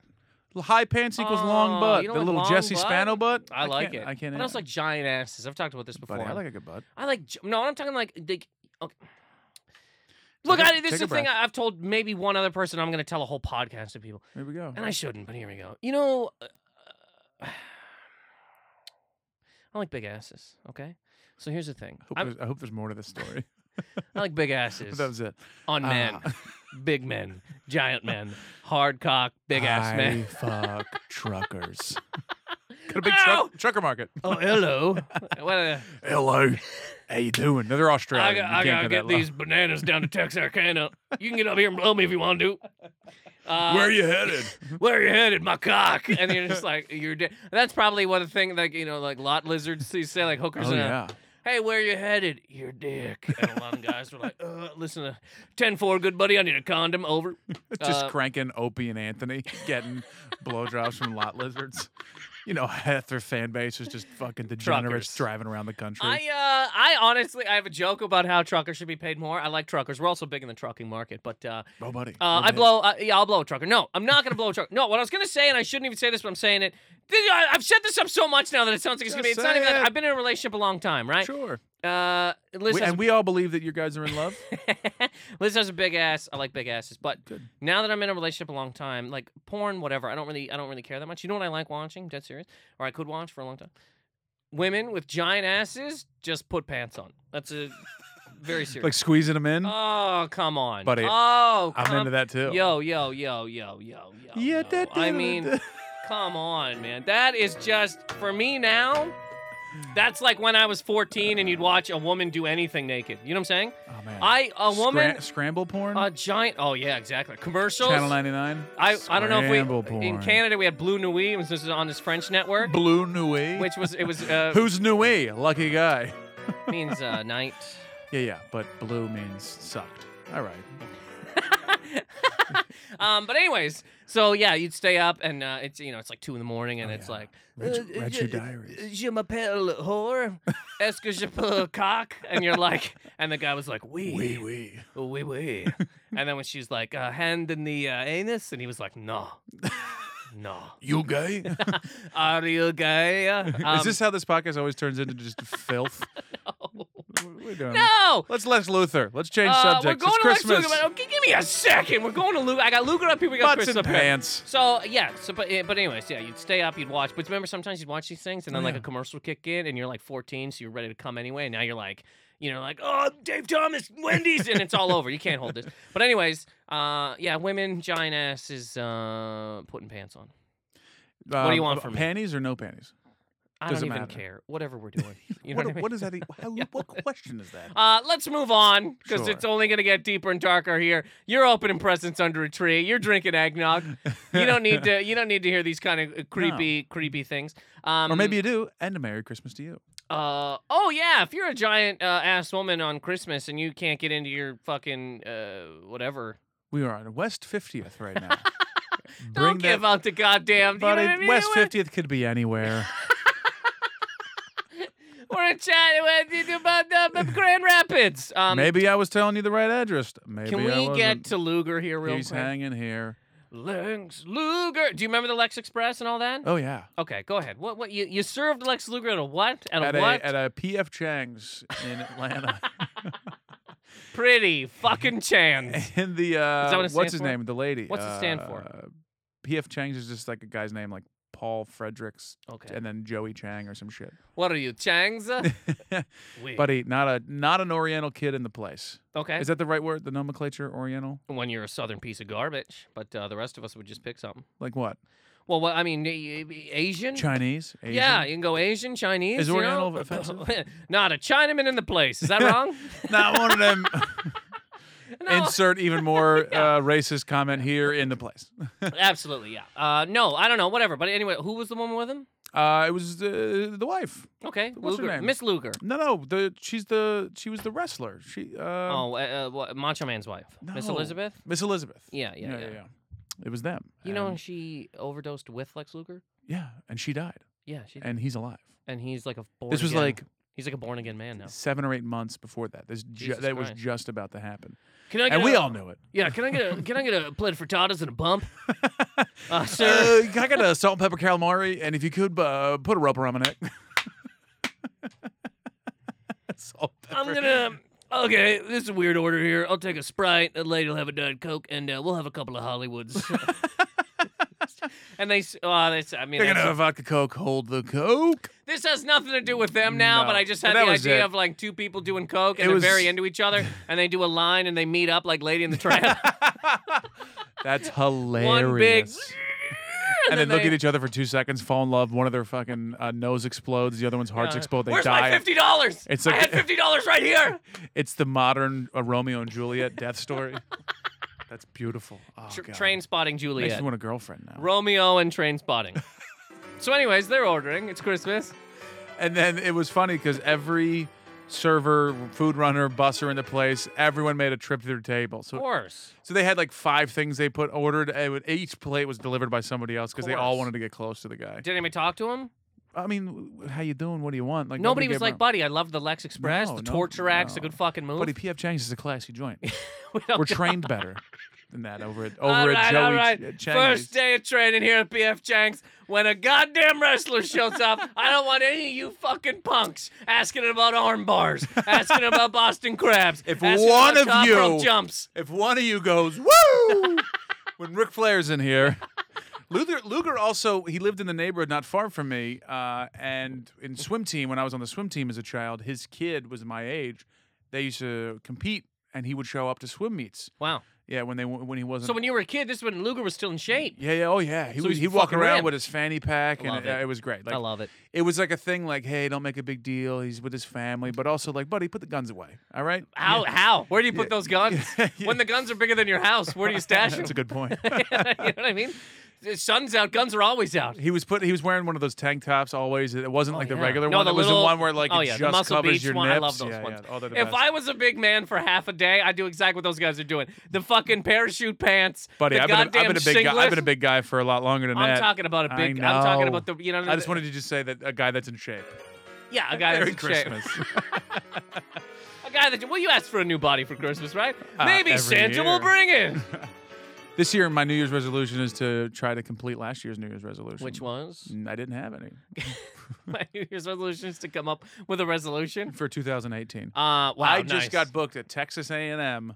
B: High pants equals long
A: Oh,
B: butt.
A: you
B: The
A: don't like
B: little
A: long
B: Jesse
A: butt?
B: Spano butt.
A: I, like
B: can't-
A: it.
B: I can't.
A: But I also like giant asses. I've talked about this before.
B: Buddy, I like a good butt.
A: I like j- no. I'm talking like like. Okay. Look,
B: a-
A: I, this
B: take
A: is
B: a
A: the thing I- I've told maybe one other person. I'm going to tell a whole podcast of people,
B: Here we go.
A: and I shouldn't. But here we go. You know, uh, I like big asses. Okay, so here's the thing.
B: Hope
A: I'm-
B: there's- I hope there's more to this story.
A: I like big
B: But
A: asses
B: that was it.
A: on men,
B: Ah.
A: big men, giant men, hard cock, big ass
B: I
A: men.
B: fuck truckers. Got a big
A: Ow!
B: truck, trucker market.
A: Oh, hello. what a,
B: Hello. How you doing? No, they're Australian.
A: I, got,
B: You
A: I gotta
B: can't go
A: get
B: that low.
A: these bananas down to Texarkana. You can get up here and blow me if you want to. Uh,
B: Where are you headed?
A: where are you headed, my cock? And you're just like, you're dead. That's probably one thing, like, you know, like lot lizards they say, like hookers.
B: oh
A: and, uh,
B: yeah.
A: Hey, where you headed? Your dick. And a lot of guys were like, uh, listen to 10 4, good buddy. I need a condom. Over.
B: Just
A: Uh,
B: cranking Opie and Anthony, getting blowjobs from lot lizards. You know, half their fan base is just fucking degenerates
A: Truckers.
B: driving around the country.
A: I uh, I honestly, I have a joke about how truckers should be paid more. I like truckers. We're also big in the trucking market, but uh,
B: oh, buddy.
A: Uh, I
B: We're big.
A: blow. Uh, yeah, I'll blow a trucker. No, I'm not gonna blow a trucker. No, what I was gonna say, and I shouldn't even say this, but I'm saying it. This- I- I've set this up so much now that it sounds like it's gonna be.
B: Just
A: It's not even.
B: say
A: That,
B: it.
A: I've been in a relationship a long time, right?
B: Sure.
A: Uh, Liz,
B: We,
A: has,
B: and we all believe that you guys are in love.
A: Liz has a big ass. I like big asses, but
B: Good.
A: now that I'm in a relationship a long time, like porn, whatever. I don't really, I don't really care that much. You know what I like watching? Dead serious, or I could watch for a long time. Women with giant asses just put pants on. That's a very serious.
B: like squeezing them in.
A: oh come on,
B: Buddy,
A: Oh,
B: I'm
A: come
B: into that too.
A: Yo, yo, yo, yo, yo, yo.
B: Yeah,
A: yo.
B: that
A: I mean, come on, man. That is just for me now. That's like when I was 14 and you'd watch a woman do anything naked. You know what I'm saying?
B: Oh, man.
A: I a woman
B: Scra- scramble porn.
A: a giant Oh yeah, exactly. Commercials.
B: Channel 99.
A: I I don't know if we
B: Scramble porn.
A: in Canada we had Blue Nui, which was on this French network,
B: Blue Nui.
A: which was it was uh,
B: Who's Nui? Lucky guy.
A: means uh, night.
B: Yeah, yeah. But blue means sucked. All right.
A: Um, but anyways, so yeah, you'd stay up and uh, it's you know it's like two in the morning and
B: Oh,
A: it's
B: yeah.
A: like
B: Read,
A: Uh,
B: read your
A: uh,
B: diaries.
A: Je m'appelle whore. Est-ce que je peux cock? And you're like, and the guy was like, oui,
B: Wee
A: oui,
B: wee.
A: oui. and then when she's like, uh, hand in the uh, anus, and he was like, no. No.
B: You gay?
A: Are you gay? Um,
B: Is this how this podcast always turns into just filth? We're doing it.
A: Um, no.
B: Let's Lex Luthor. Let's change
A: Uh,
B: subjects.
A: We're going
B: it's
A: to
B: Christmas.
A: Lex Luger, but- okay, give me a second. We're going to Luger. I got Luger up here. We got
B: Butts
A: Chris
B: and
A: up here.
B: pants.
A: So yeah, so but eh, but anyways, yeah, you'd stay up, you'd watch. But remember, sometimes you'd watch these things, and then like
B: Yeah.
A: a commercial would kick in, and you're like 14, so you're ready to come anyway. And now you're like, you know, like oh, Dave Thomas, Wendy's, and it's all over. You can't hold this. But anyways, uh, yeah, women giant asses uh, putting pants on.
B: Um,
A: do you want from me?
B: Panties or no panties?
A: I
B: Doesn't
A: don't even
B: matter.
A: care. Whatever we're doing, you know
B: what,
A: what I mean?
B: what is that? e- How, What question is that?
A: Uh, let's move on because
B: Sure.
A: it's only going to get deeper and darker here. You're opening presents under a tree. You're drinking eggnog. You don't need to. You don't need to hear these kind of creepy, creepy things. Um,
B: or maybe you do, and a Merry Christmas to you.
A: Uh, oh yeah, if you're a giant uh, ass woman on Christmas and you can't get into your fucking uh, whatever,
B: We are on West 50th right now.
A: don't give out the goddamn. You know what
B: But it-
A: I mean?
B: West
A: We're-
B: 50th could be anywhere.
A: We're in chat with you about the the Grand Rapids. Um,
B: Maybe I was telling you the right address. Maybe
A: can
B: I
A: we
B: wasn't.
A: get to Luger here real
B: He's
A: quick?
B: hanging here.
A: Lex Luger. Do you remember the Lex Express and all that?
B: Oh yeah,
A: Okay, go ahead. What? What? You, you served Lex Luger at a what? At a
B: at
A: what?
B: a at a PF Chang's in Atlanta.
A: Pretty fucking chance.
B: and the uh,
A: what it stands
B: what's his
A: for?
B: name? The lady.
A: What's it stand for?
B: Uh, PF Chang's is just like a guy's name, like Paul Fredericks,
A: Okay.
B: and then Joey Chang or some shit.
A: What are you, Changs? Weird.
B: Buddy, not a not an Oriental kid in the place.
A: okay.
B: Is that the right word? The nomenclature Oriental?
A: when you're a southern piece of garbage, but uh, the rest of us would just pick something.
B: Like what?
A: Well, what, I mean, y- y- Asian.
B: Chinese? Asian?
A: Yeah, you can go Asian, Chinese.
B: Is
A: you
B: Oriental
A: know?
B: offensive?
A: Not a Chinaman in the place. Is that wrong?
B: Not one of them.
A: no,
B: Insert even more uh, racist comment here in the place.
A: absolutely, yeah. Uh, no, I don't know, whatever. But anyway, who was the woman with him?
B: Uh, it was the, the wife.
A: Okay,
B: What's her
A: Luger,
B: name?
A: Miss Luger.
B: No, no, the she's the she was the wrestler. She uh,
A: oh, uh, uh, what, Macho Man's wife, Miss
B: No.
A: Elizabeth.
B: Miss Elizabeth.
A: Yeah, yeah, yeah.
B: It was them.
A: You know,
B: and-
A: she overdosed with Lex Luger.
B: yeah, and she died,
A: Yeah, she and,
B: and he's alive.
A: he's like a born.
B: this was
A: again-
B: like
A: he's like a born again man now.
B: seven or eight months before that. This ju-
A: Jesus
B: that was
A: Christ.
B: just about to happen,
A: Can I? Get
B: and
A: a,
B: we all knew it.
A: Yeah, can I get a can I get a plate for tatas and a bump, uh, sir?
B: Uh, I got a salt and pepper calamari, and if you could uh, put a rope around my neck. salt pepper.
A: I'm gonna. Okay, this is a weird order here. I'll take a Sprite. A lady will have a Diet Coke, and uh, we'll have a couple of Hollywoods. and they, s- oh, that's, I mean,
B: They're gonna
A: that's,
B: have vodka coke. Hold the coke.
A: this has nothing to do with them now.
B: No,
A: But I just
B: but
A: had
B: that
A: the
B: was
A: idea
B: it.
A: of like two people doing coke, and
B: It
A: they're
B: was-
A: very into each other, and they do a line, and they meet up like Lady in the Tramp.
B: That's hilarious.
A: One big,
B: and then, look
A: they-
B: at each other for two seconds, fall in love. One of their fucking uh, nose explodes. The other one's hearts
A: Uh,
B: explode. They
A: Where's
B: die.
A: my fifty dollars?
B: It's
A: I
B: like-
A: had fifty dollars right
B: Oh,
A: here.
B: It's the modern uh, Romeo and Juliet death story. That's beautiful. Oh,
A: Tr-
B: God.
A: train spotting
B: Makes
A: Juliet.
B: me want a girlfriend now.
A: Romeo and train spotting. so, anyways, they're ordering. It's Christmas.
B: and then it was funny because every server, food runner, busser in the place, everyone made a trip to their table.
A: Of
B: So,
A: course.
B: so they had like five things they put ordered. And it- each plate was delivered by somebody else because they all
A: Course.
B: wanted to get close to the guy.
A: Did anybody talk to him?
B: I mean, w- w- how you doing? What do you want? Like
A: Nobody
B: gave
A: was
B: him
A: like,
B: a-
A: buddy, I love the Lex Express,
B: No,
A: the
B: no,
A: Torture Axe, a
B: no.
A: good fucking move.
B: buddy, PF Chang's is a classy joint.
A: We don't
B: We're
A: do-
B: trained better than that over at
A: All
B: over
A: right,
B: at
A: all
B: Joey
A: right.
B: Ch- Chang's.
A: First day of training here at BF Chang's. When a goddamn wrestler shows up, I don't want any of you fucking punks asking about arm bars, asking about Boston crabs.
B: If
A: asking
B: one
A: about
B: of
A: top rope
B: you-
A: jumps.
B: if one of you goes woo when Ric Flair's in here. Luger, Luger also he lived in the neighborhood not far from me, uh, and in swim team when I was on the swim team as a child, his kid was my age. They used to compete, and he would show up to swim meets.
A: Wow.
B: Yeah, when they when he wasn't.
A: So when you were a kid, this is when Luger was still in shape.
B: yeah, yeah, oh yeah, he
A: So
B: was
A: he's
B: he'd walk
A: fucking
B: around
A: ripped.
B: with his fanny pack, and
A: love
B: it,
A: it.
B: it was great. Like
A: I love it.
B: it was like a thing, like hey, don't make a big deal. He's with his family, but also like, buddy, put the guns away. All right.
A: How? How? Where do you put
B: Yeah.
A: those guns?
B: Yeah.
A: When the guns are bigger than your house, where do you stash them?
B: That's a good point.
A: you know what I mean? The sun's out, guns are always out.
B: He was put. He was wearing one of those tank tops. Always, it wasn't like the
A: Oh, yeah.
B: regular
A: No,
B: one.
A: the
B: it was
A: little-
B: the one where like
A: oh,
B: it
A: yeah, the
B: just
A: Muscle
B: covers
A: Beach
B: your
A: one, I
B: nips.
A: love those
B: yeah,
A: ones.
B: Yeah. Oh, they're the
A: If
B: best.
A: I was a big man for half a day, I'd do exactly what those guys are doing. The fucking parachute pants,
B: buddy,
A: the
B: I've been, a, I've
A: goddamn
B: been a big guy. I've been a
A: singlet.
B: big guy for a lot longer than
A: I'm
B: that.
A: talking about a
B: I
A: big. I'm talking
B: know.
A: about the. You know.
B: I just
A: the-
B: wanted to just say that a guy that's in shape.
A: Yeah, a guy that's
B: Merry
A: in
B: Christmas.
A: shape. A guy that. Well, you asked for a new body for Christmas, right?
B: Uh,
A: Maybe
B: every
A: Santa will
B: year.
A: bring it.
B: This year, my New Year's resolution is to try to complete last year's New Year's resolution.
A: Which was?
B: Mm, I didn't have any
A: My New Year's resolution is to come up with a resolution.
B: for 2018.
A: Uh, wow,
B: I just
A: nice.
B: got booked at Texas A&M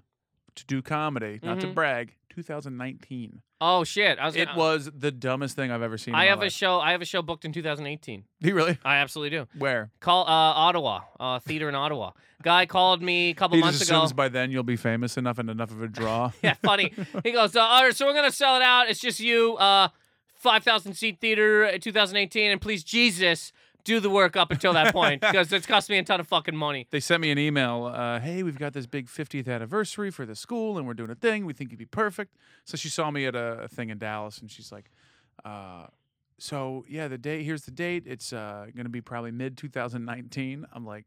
B: to do comedy. Not to
A: Mhm.
B: brag. 2019.
A: Oh shit! I was.
B: It
A: gonna-
B: was the dumbest thing I've ever seen. in
A: I
B: my
A: have a
B: life.
A: show. I have a show booked in 2018.
B: You really?
A: I absolutely do.
B: Where?
A: Call uh, Ottawa uh, theater in Ottawa. Guy called me a couple
B: He
A: months
B: just
A: ago.
B: assumes by then you'll be famous enough and enough of a draw.
A: yeah, funny. He goes, uh, all right, so we're gonna sell it out. It's just you, uh, five thousand seat theater, uh, in 2018, and please Jesus, do the work up until that point because it's cost me a ton of fucking money.
B: They sent me an email. Uh, hey, we've got this big 50th anniversary for the school, and we're doing a thing. We think you'd be perfect. So she saw me at a, a thing in Dallas, and she's like, uh, "So yeah, the date. Here's the date. It's uh, going to be probably mid 2019." I'm like,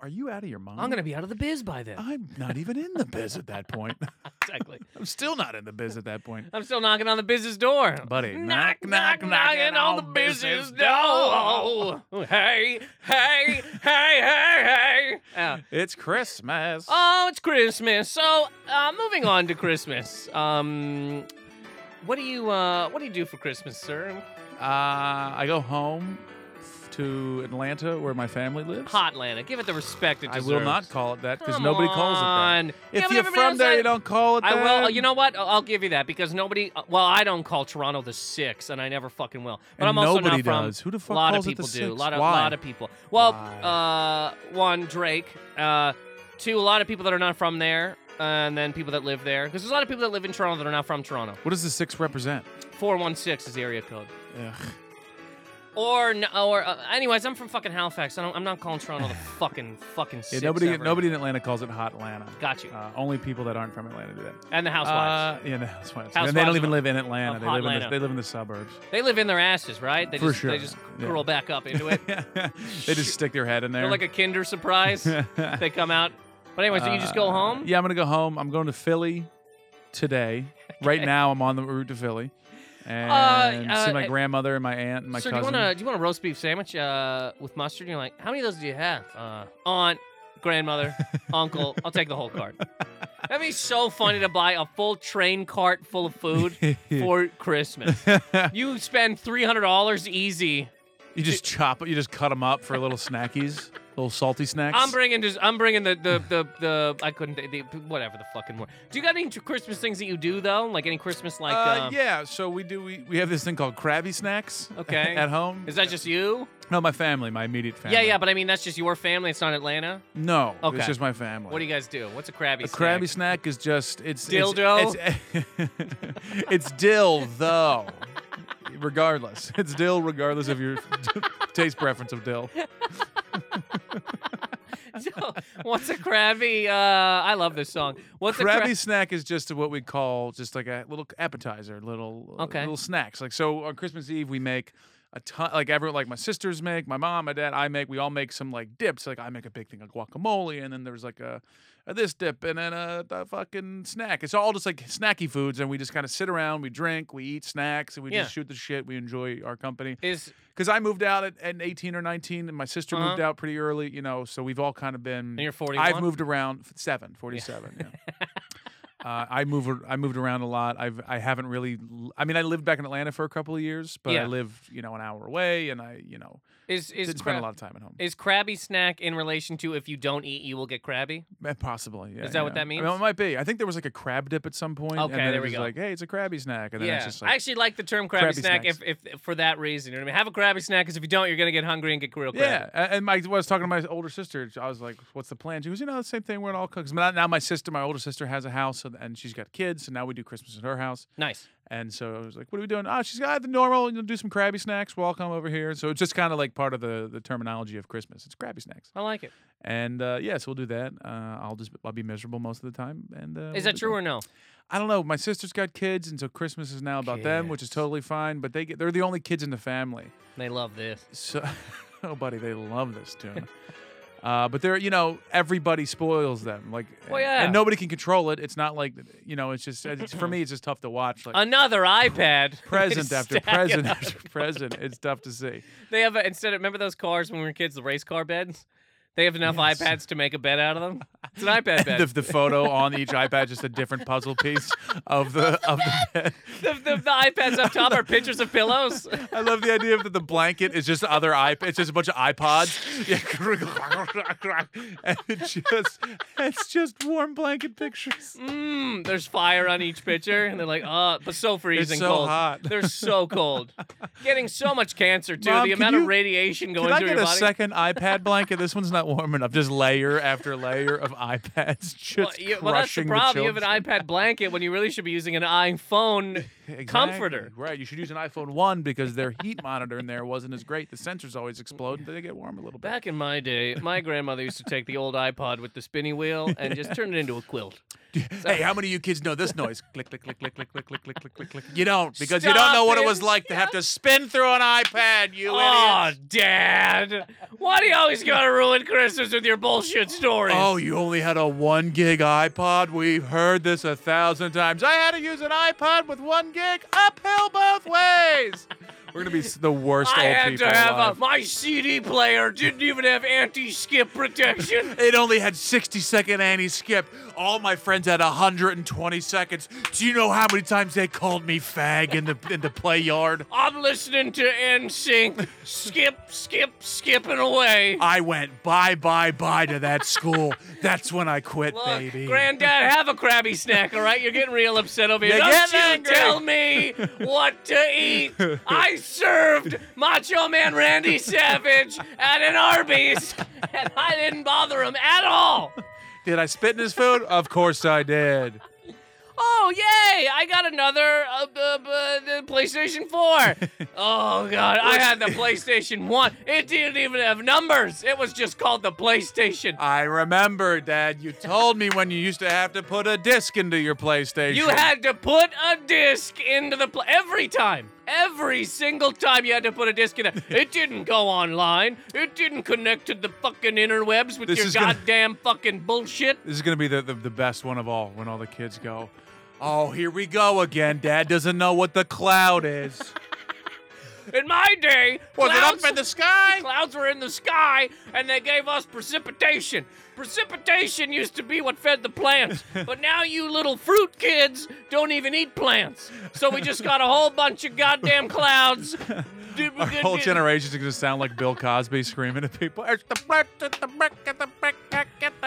B: "Are you out of your mind?
A: I'm gonna be out of the biz by then.
B: I'm not even in the biz at that point.
A: exactly.
B: I'm still not in the biz at that point,
A: I'm still knocking on the business door.
B: buddy.
A: Knock, knock, knocking on the business door. Hey, hey, hey, hey, hey. Yeah.
B: It's Christmas.
A: Oh, it's Christmas. So, uh, moving on to Christmas. Um, what do you uh, what do you do for Christmas, sir?
B: Uh, I go home f- to Atlanta, where my family lives.
A: Hot Lana, give it the respect it
B: I
A: deserves.
B: will not call it that because
A: Come
B: nobody calls it that.
A: on. Yeah,
B: If
A: but
B: you're
A: everybody
B: from
A: else
B: there,
A: does.
B: you don't call it
A: I
B: that.
A: will. uh, You know what? I'll- I'll give you that because nobody. uh, Well, I don't call Toronto the six, and I never fucking will. But
B: And
A: I'm also
B: nobody
A: not from.
B: does. Who the
A: A
B: fuck
A: lot of
B: calls
A: people
B: it the
A: do. A
B: six?
A: lot of
B: Why?
A: lot of people. Well, uh, one Drake. Uh, two, a lot of people that are not from there, and then people that live there. Because there's a lot of people that live in Toronto that are not from Toronto.
B: What does the six represent?
A: Four one six is the area code.
B: Ugh.
A: Or n- or uh, anyways, I'm from fucking Halifax. I don't, I'm not calling Toronto the fucking fucking
B: Yeah,
A: six.
B: nobody,
A: ever.
B: nobody in Atlanta calls it Hot Atlanta.
A: Got you.
B: Uh, only people that aren't from Atlanta do that.
A: And the housewives.
B: Uh, yeah, the housewives.
A: Housewives
B: and they don't even
A: of-
B: live in Atlanta.
A: of
B: They live in, the,
A: Hotlanta.
B: they live in the suburbs.
A: they live in their asses, right? They
B: uh, For
A: just, They
B: sure.
A: just
B: Yeah.
A: curl back up into it.
B: they just stick their head in there.
A: They're like a Kinder surprise. they come out. But anyway, so you just go
B: Uh,
A: home.
B: Yeah, I'm gonna go home. I'm going to Philly today. Right now, I'm on the route to Philly, and see
A: uh,
B: my
A: uh,
B: grandmother and my aunt and my
A: Sir, do you
B: cousin.
A: want to do you want a roast beef sandwich uh, with mustard? You're like, how many of those do you have? Uh, aunt, grandmother, uncle. I'll take the whole cart. That'd be so funny to buy a full train cart full of food for Christmas. You spend three hundred dollars easy.
B: you just chop it. You just cut them up for little snackies, little salty snacks.
A: I'm bringing just I'm bringing the the the, the I couldn't the, whatever the fucking word. Do you got any Christmas things that you do though? Like any Christmas like?
B: uh,
A: um,
B: yeah, so we do. We, we have this thing called Krabby Snacks.
A: Okay.
B: At home.
A: Is that just you?
B: no my family, my immediate family?
A: Yeah, yeah, but I mean that's just your family. It's not Atlanta.
B: No,
A: Okay.
B: it's just my family.
A: What do you guys do? What's a crabby?
B: A crabby snack is just it's it's-
A: Dildo?
B: It's, it's dill though. regardless, it's dill regardless of your taste preference of dill.
A: so, what's a crabby? Uh, I love this song. What's
B: crabby
A: a
B: snack is just what we call just like a little appetizer, little uh,
A: Okay.
B: little snacks. Like so on Christmas Eve we make a ton like everyone like my sisters make, my mom, my dad, I make, we all make some like dips. Like I make a big thing of guacamole and then there's like a, a this dip and then a, a fucking snack. It's all just like snacky foods and we just kind of sit around, we drink, we eat snacks and we
A: Yeah.
B: just shoot the shit. We enjoy our company.
A: crab is?
B: Cuz I moved out at, at 18 or 19 and my sister moved
A: Uh-huh.
B: out pretty early, you know, so we've all kind of been
A: And you're 41.
B: I've moved around f- seven, 47. Yeah. Uh, I move. ar- I moved around a lot. I've. I haven't really. l- I mean, I lived back in Atlanta for a couple of years, but
A: Yeah.
B: I lived, you know, an hour away, and I, you know,
A: Is is
B: didn't spend a
A: crab-
B: lot of time at home.
A: Is crabby snack in relation to if you don't eat, you will get crabby?
B: Eh, Possibly. Yeah,
A: Is that what
B: yeah.
A: that
B: I mean,
A: means?
B: it might be. I think there was like a crab dip at some point,
A: Okay,
B: and then
A: there
B: it
A: we
B: was
A: go.
B: like, hey, it's a crabby snack, and then it's
A: yeah,
B: just
A: I
B: like,
A: actually like the term crabby,
B: Crabby
A: snack if,
B: snacks.
A: if, if for that reason. You know what I mean? Have a crabby snack because if you don't, you're gonna get hungry and get real crabby.
B: yeah. A- And my, when I was talking to my older sister, I was like, what's the plan? She was, you know, the same thing. We're gonna all cook. 'Cause now- Now my sister, my older sister, has a house, so- and she's got kids, so now we do Christmas at her house.
A: Nice.
B: And so I was like, "What are we doing?" Oh, she's got the normal. You know, do some crabby snacks. We'll all come over here. So it's just kind of like part of the the terminology of Christmas. It's crabby snacks.
A: I like it.
B: And uh, yeah, so we'll do that. Uh, I'll just I'll be miserable most of the time. And uh,
A: Is that true or no?
B: I don't know. My sister's got kids, and so Christmas is now about them, which is
A: Kids.
B: totally fine. But they get they're the only kids in the family.
A: They love this.
B: So, oh, buddy, they love this tune. Uh, but they're, you know, everybody spoils them, like,
A: Well,
B: and-
A: yeah.
B: and nobody can control it. It's not like, you know, it's just it's, for me, it's just tough to watch. Like,
A: Another iPad.
B: present
A: They
B: after
A: stack
B: present
A: it up.
B: after present. It's tough to see.
A: They have a, instead of remember those cars when we were kids, the race car beds. They have enough
B: Yes.
A: iPads to make a bed out of them. It's an iPad bed.
B: The, the photo on each iPad just a different puzzle piece of the of the bed.
A: the, the, the iPads up top are pictures of pillows.
B: I love the idea of that the blanket is just other iPad. It's just a bunch of iPods. Yeah. and it just it's just warm blanket pictures.
A: Mm, there's fire on each picture, and they're like, oh, but so freezing
B: so
A: cold.
B: hot.
A: They're so cold. Getting so much cancer too.
B: Mom,
A: the
B: can
A: amount
B: you-
A: of radiation going
B: Can I
A: through
B: get
A: your
B: a
A: body.
B: second iPad blanket? This one's not warm enough. Just layer after layer of iPads, just
A: well, you- well, that's the
B: crushing
A: problem. you have
B: children.
A: an iPad blanket when you really should be using an iPhone.
B: Exactly.
A: comforter.
B: Right. You should use an iPhone 1 because their heat monitor in there wasn't as great. The sensors always explode and they get warm a little bit.
A: Back in my day, my grandmother used to take the old iPod with the spinny wheel and just turn it into a quilt. uh,
B: Hey, how many of you kids know this noise? click, click, click, click, click, click, click, click, click, click, click. You don't because you don't
A: Stop
B: know what
A: it.
B: it was like to have to spin through an iPad, you
A: Oh,
B: idiot.
A: Dad! Why do you always gotta ruin Christmas with your bullshit stories?
B: Oh, you only had a one gig iPod? We've heard this a thousand times. I had to use an iPod with one gig uphill both ways. We're going to be s- the worst
A: I
B: old
A: had
B: people
A: to have
B: alive.
A: a, my CD player didn't even have anti-skip protection.
B: It only had 60 second anti skip. All my friends had 120 seconds. Do you know how many times they called me fag in the in the play yard?
A: I'm listening to NSYNC. Skip, skip, skipping away.
B: I went bye bye bye to that school. That's when I quit,
A: Look,
B: baby.
A: Granddad, have a Krabby Snack, all right? You're getting real upset over here.
B: You're
A: Don't
B: getting
A: you
B: angry.
A: tell me what to eat. I served Macho Man Randy Savage at an Arby's, and I didn't bother him at all.
B: did I spit in his food? Of course I did.
A: Oh, yay! I got another uh, uh, uh, the PlayStation 4. oh, God. I had the PlayStation 1. It didn't even have numbers, it was just called the PlayStation.
B: I remember, Dad. You told me when you used to have to put a disc into your PlayStation.
A: You had to put a disc into the pl- every time. Every single time you had to put a disc in it. It didn't go online. It didn't connect to the fucking interwebs with
B: This
A: your
B: is gonna-
A: goddamn fucking bullshit.
B: This is gonna be the, the, the best one of all when all the kids go, Oh, here we go again. Dad doesn't know what the cloud is.
A: In my day,
B: Was
A: clouds,
B: it up in the sky?
A: clouds were in the sky and they gave us precipitation. Precipitation used to be what fed the plants, but now you little fruit kids don't even eat plants. So we just got a whole bunch of goddamn clouds.
B: Our whole generation's gonna sound like Bill Cosby screaming at people. It's the brick, it's the brick, it's the brick, get the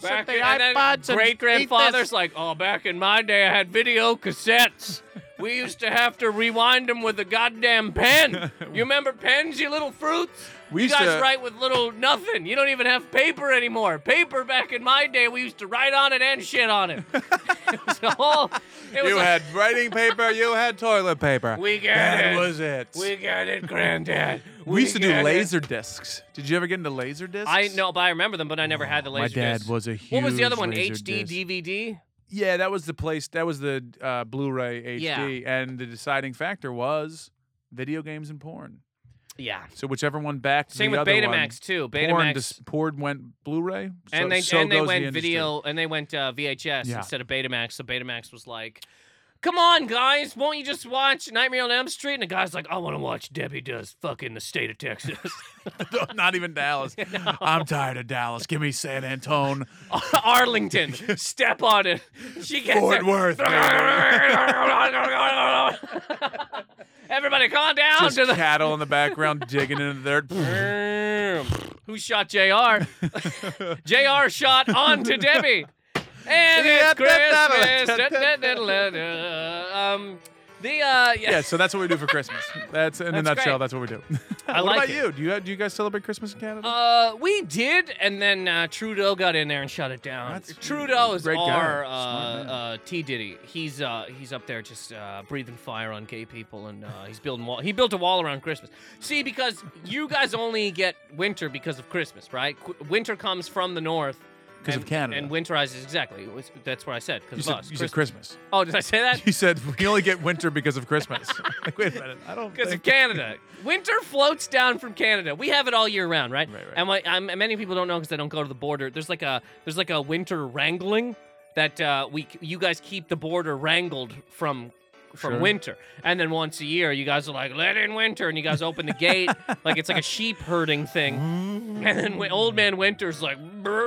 A: Back
B: get the
A: in- and then
B: iPods, and
A: great grandfather's
B: eat
A: like, oh, back in my day, I had video cassettes. We used to have to rewind them with a goddamn pen. You remember pens, you little fruits?
B: We
A: you
B: used
A: guys
B: to-
A: write with little nothing. You don't even have paper anymore. Paper back in my day, we used to write on it and shit on it. it was a whole. It
B: this.
A: was
B: You
A: a-
B: had writing paper, you had toilet paper.
A: We get
B: that
A: it.
B: was it.
A: we got it, granddad.
B: We used to do
A: get it.
B: laser discs. Did you ever get into laser discs?
A: I know, but I remember them, but I never had the laser.
B: My dad was a huge.
A: What was the other one?
B: Laserdisc.
A: HD DVD.
B: Yeah, that was the place. That was the uh, Blu-ray HD, and the deciding factor was video games and porn.
A: Yeah.
B: So whichever one backed
A: Same
B: the
A: with
B: other one,
A: Betamax too.
B: porn,
A: Betamax.
B: dis- porn went Blu-ray, so,
A: and they
B: so
A: and they
B: goes the
A: went
B: industry.
A: video and they went uh, VHS
B: Yeah.
A: instead of Betamax. So Betamax was like, "Come on, guys, won't you just watch Nightmare on Elm Street?" And the guy's like, "I want to watch Debbie does fucking the state of Texas."
B: Not even Dallas. I'm tired of Dallas. Give me San Antone,
A: Arlington, step on it. She gets
B: Fort
A: it.
B: Worth.
A: Everybody, calm down
B: Just
A: to the.
B: cattle in the background digging into their.
A: Who shot JR? JR shot on to Debbie. And it's Christmas. um, the, uh,
B: Yeah,
A: yeah.
B: so that's what we do for Christmas. That's in a
A: That's great.
B: nutshell. That's what we do.
A: I
B: what
A: like
B: about
A: it.
B: you? Do you do you guys celebrate Christmas in Canada?
A: Uh, we did, and then uh, Trudeau got in there and shut it down.
B: That's-
A: Trudeau is
B: great guy.
A: our uh,
B: Smart man.
A: uh, T Diddy. He's uh, he's up there just uh, breathing fire on gay people, and uh, he's building wall. He built a wall around Christmas. See, because you guys only get winter because of Christmas, right? Qu- winter comes from the north.
B: 'Cause of
A: and-
B: Canada.
A: and winterizes exactly. It was- That's what I said.
B: you
A: Because of
B: said,
A: us.
B: you said
A: Christmas.
B: Christmas.
A: Oh, did I say that?
B: You said we only get winter because of Christmas. like, wait a minute. I don't.
A: Because of
B: think-
A: Canada. Winter floats down from Canada. We have it all year round, right?
B: Right, right.
A: And what, um, many people don't know because they don't go to the border. There's like a there's like a winter wrangling that uh, we you guys keep the border wrangled from from
B: Sure.
A: winter. And then once a year, you guys are like, let in winter. And you guys open the gate. like it's like a sheep herding thing. And then when old man Winter's like,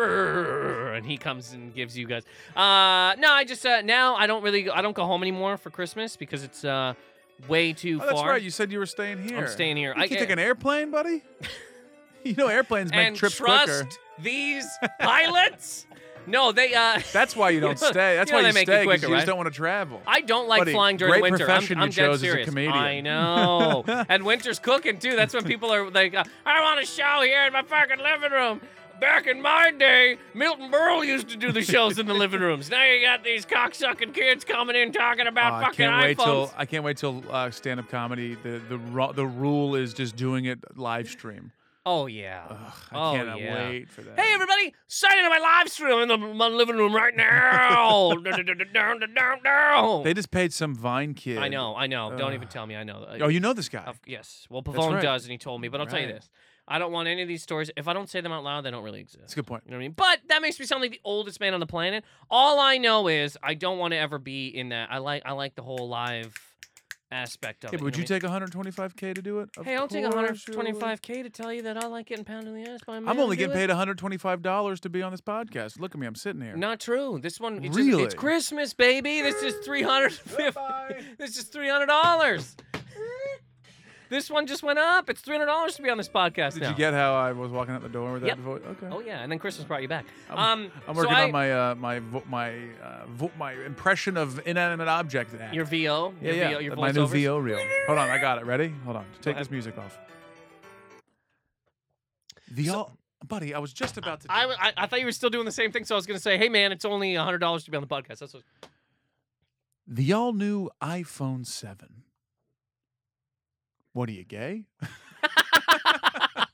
A: "Brrr," and he comes and gives you guys. Uh, no, I just uh, now I don't really I don't go home anymore for Christmas because it's uh, way too
B: Oh, that's
A: far.
B: right. You said you were staying here.
A: I'm staying here.
B: You
A: I
B: can
A: get-
B: take an airplane, buddy. you know airplanes make
A: and
B: trips
A: trust
B: quicker.
A: these pilots. no, they. Uh,
B: That's why you don't
A: You know-
B: stay. That's
A: you know
B: why
A: they
B: you
A: make it
B: stay because
A: quicker,
B: you just
A: right?
B: don't want to travel.
A: I don't like
B: Buddy,
A: flying during
B: great
A: winter.
B: profession
A: I'm,
B: you
A: I'm dead
B: chose as a
A: serious.
B: comedian.
A: I know. and winter's cooking too. That's when people are like, uh, I want a show here in my fucking living room. Back in my day, Milton Berle used to do the shows in the living rooms. Now you got these cocksucking kids coming in talking
B: Oh,
A: about
B: I
A: fucking
B: can't wait
A: iPhones.
B: till I can't wait till uh, stand-up comedy. The the ru- the rule is just doing it live stream.
A: oh yeah.
B: Ugh, I
A: Oh,
B: cannot
A: yeah.
B: wait for that.
A: Hey everybody, sign into my live stream in the my living room right now. Dun-dun-dun-dun-dun-dun-dun.
B: they just paid some Vine kid.
A: I know, I know. Don't
B: Ugh.
A: even tell me. I know. Uh,
B: Oh, you know this guy.
A: Of- yes. Well, Pavone
B: right.
A: does, and he told me. But I'll tell you
B: Right.
A: this: I don't want any of these stories. If I don't say them out loud, they don't really
B: That's
A: exist.
B: a good point.
A: You know what I mean? But that makes me sound like the oldest man on the planet. All I know is I don't want to ever be in that. I like I like the whole live aspect of
B: Hey,
A: it.
B: but would
A: know
B: you
A: what
B: take 125k to do it?
A: I mean?
B: Of
A: Hey, I'll take
B: course you would.
A: 125k to tell you that I like getting pounded in the ass by a man.
B: I'm only
A: to do
B: getting
A: it.
B: paid 125 dollars to be on this podcast. Look at me, I'm sitting here.
A: Not true. This one, it's,
B: Really?
A: it's Christmas, baby. This is 350.
B: Goodbye.
A: This is $300. this one just went up. It's $300 to be on this podcast
B: Did
A: now.
B: you get how I was walking out the door with that
A: Yep.
B: voice? Okay.
A: Oh yeah, and then Christmas brought you back.
B: I'm-
A: um,
B: I'm
A: so
B: working
A: I-
B: on my uh, my vo- my uh, vo- my impression of inanimate object. Act.
A: your VO,
B: yeah,
A: your
B: yeah.
A: VO, your
B: my new
A: voiceovers.
B: VO reel. Hold on, I got it. Ready? Hold on. Take
A: ahead.
B: this music off. The buddy, I was just about to.
A: I,
B: do-
A: w- I- I thought you were still doing the same thing, so I was gonna say, hey man, it's only hundred dollars to be on the podcast. That's what,
B: the all new iPhone Seven. What are you gay?
A: the,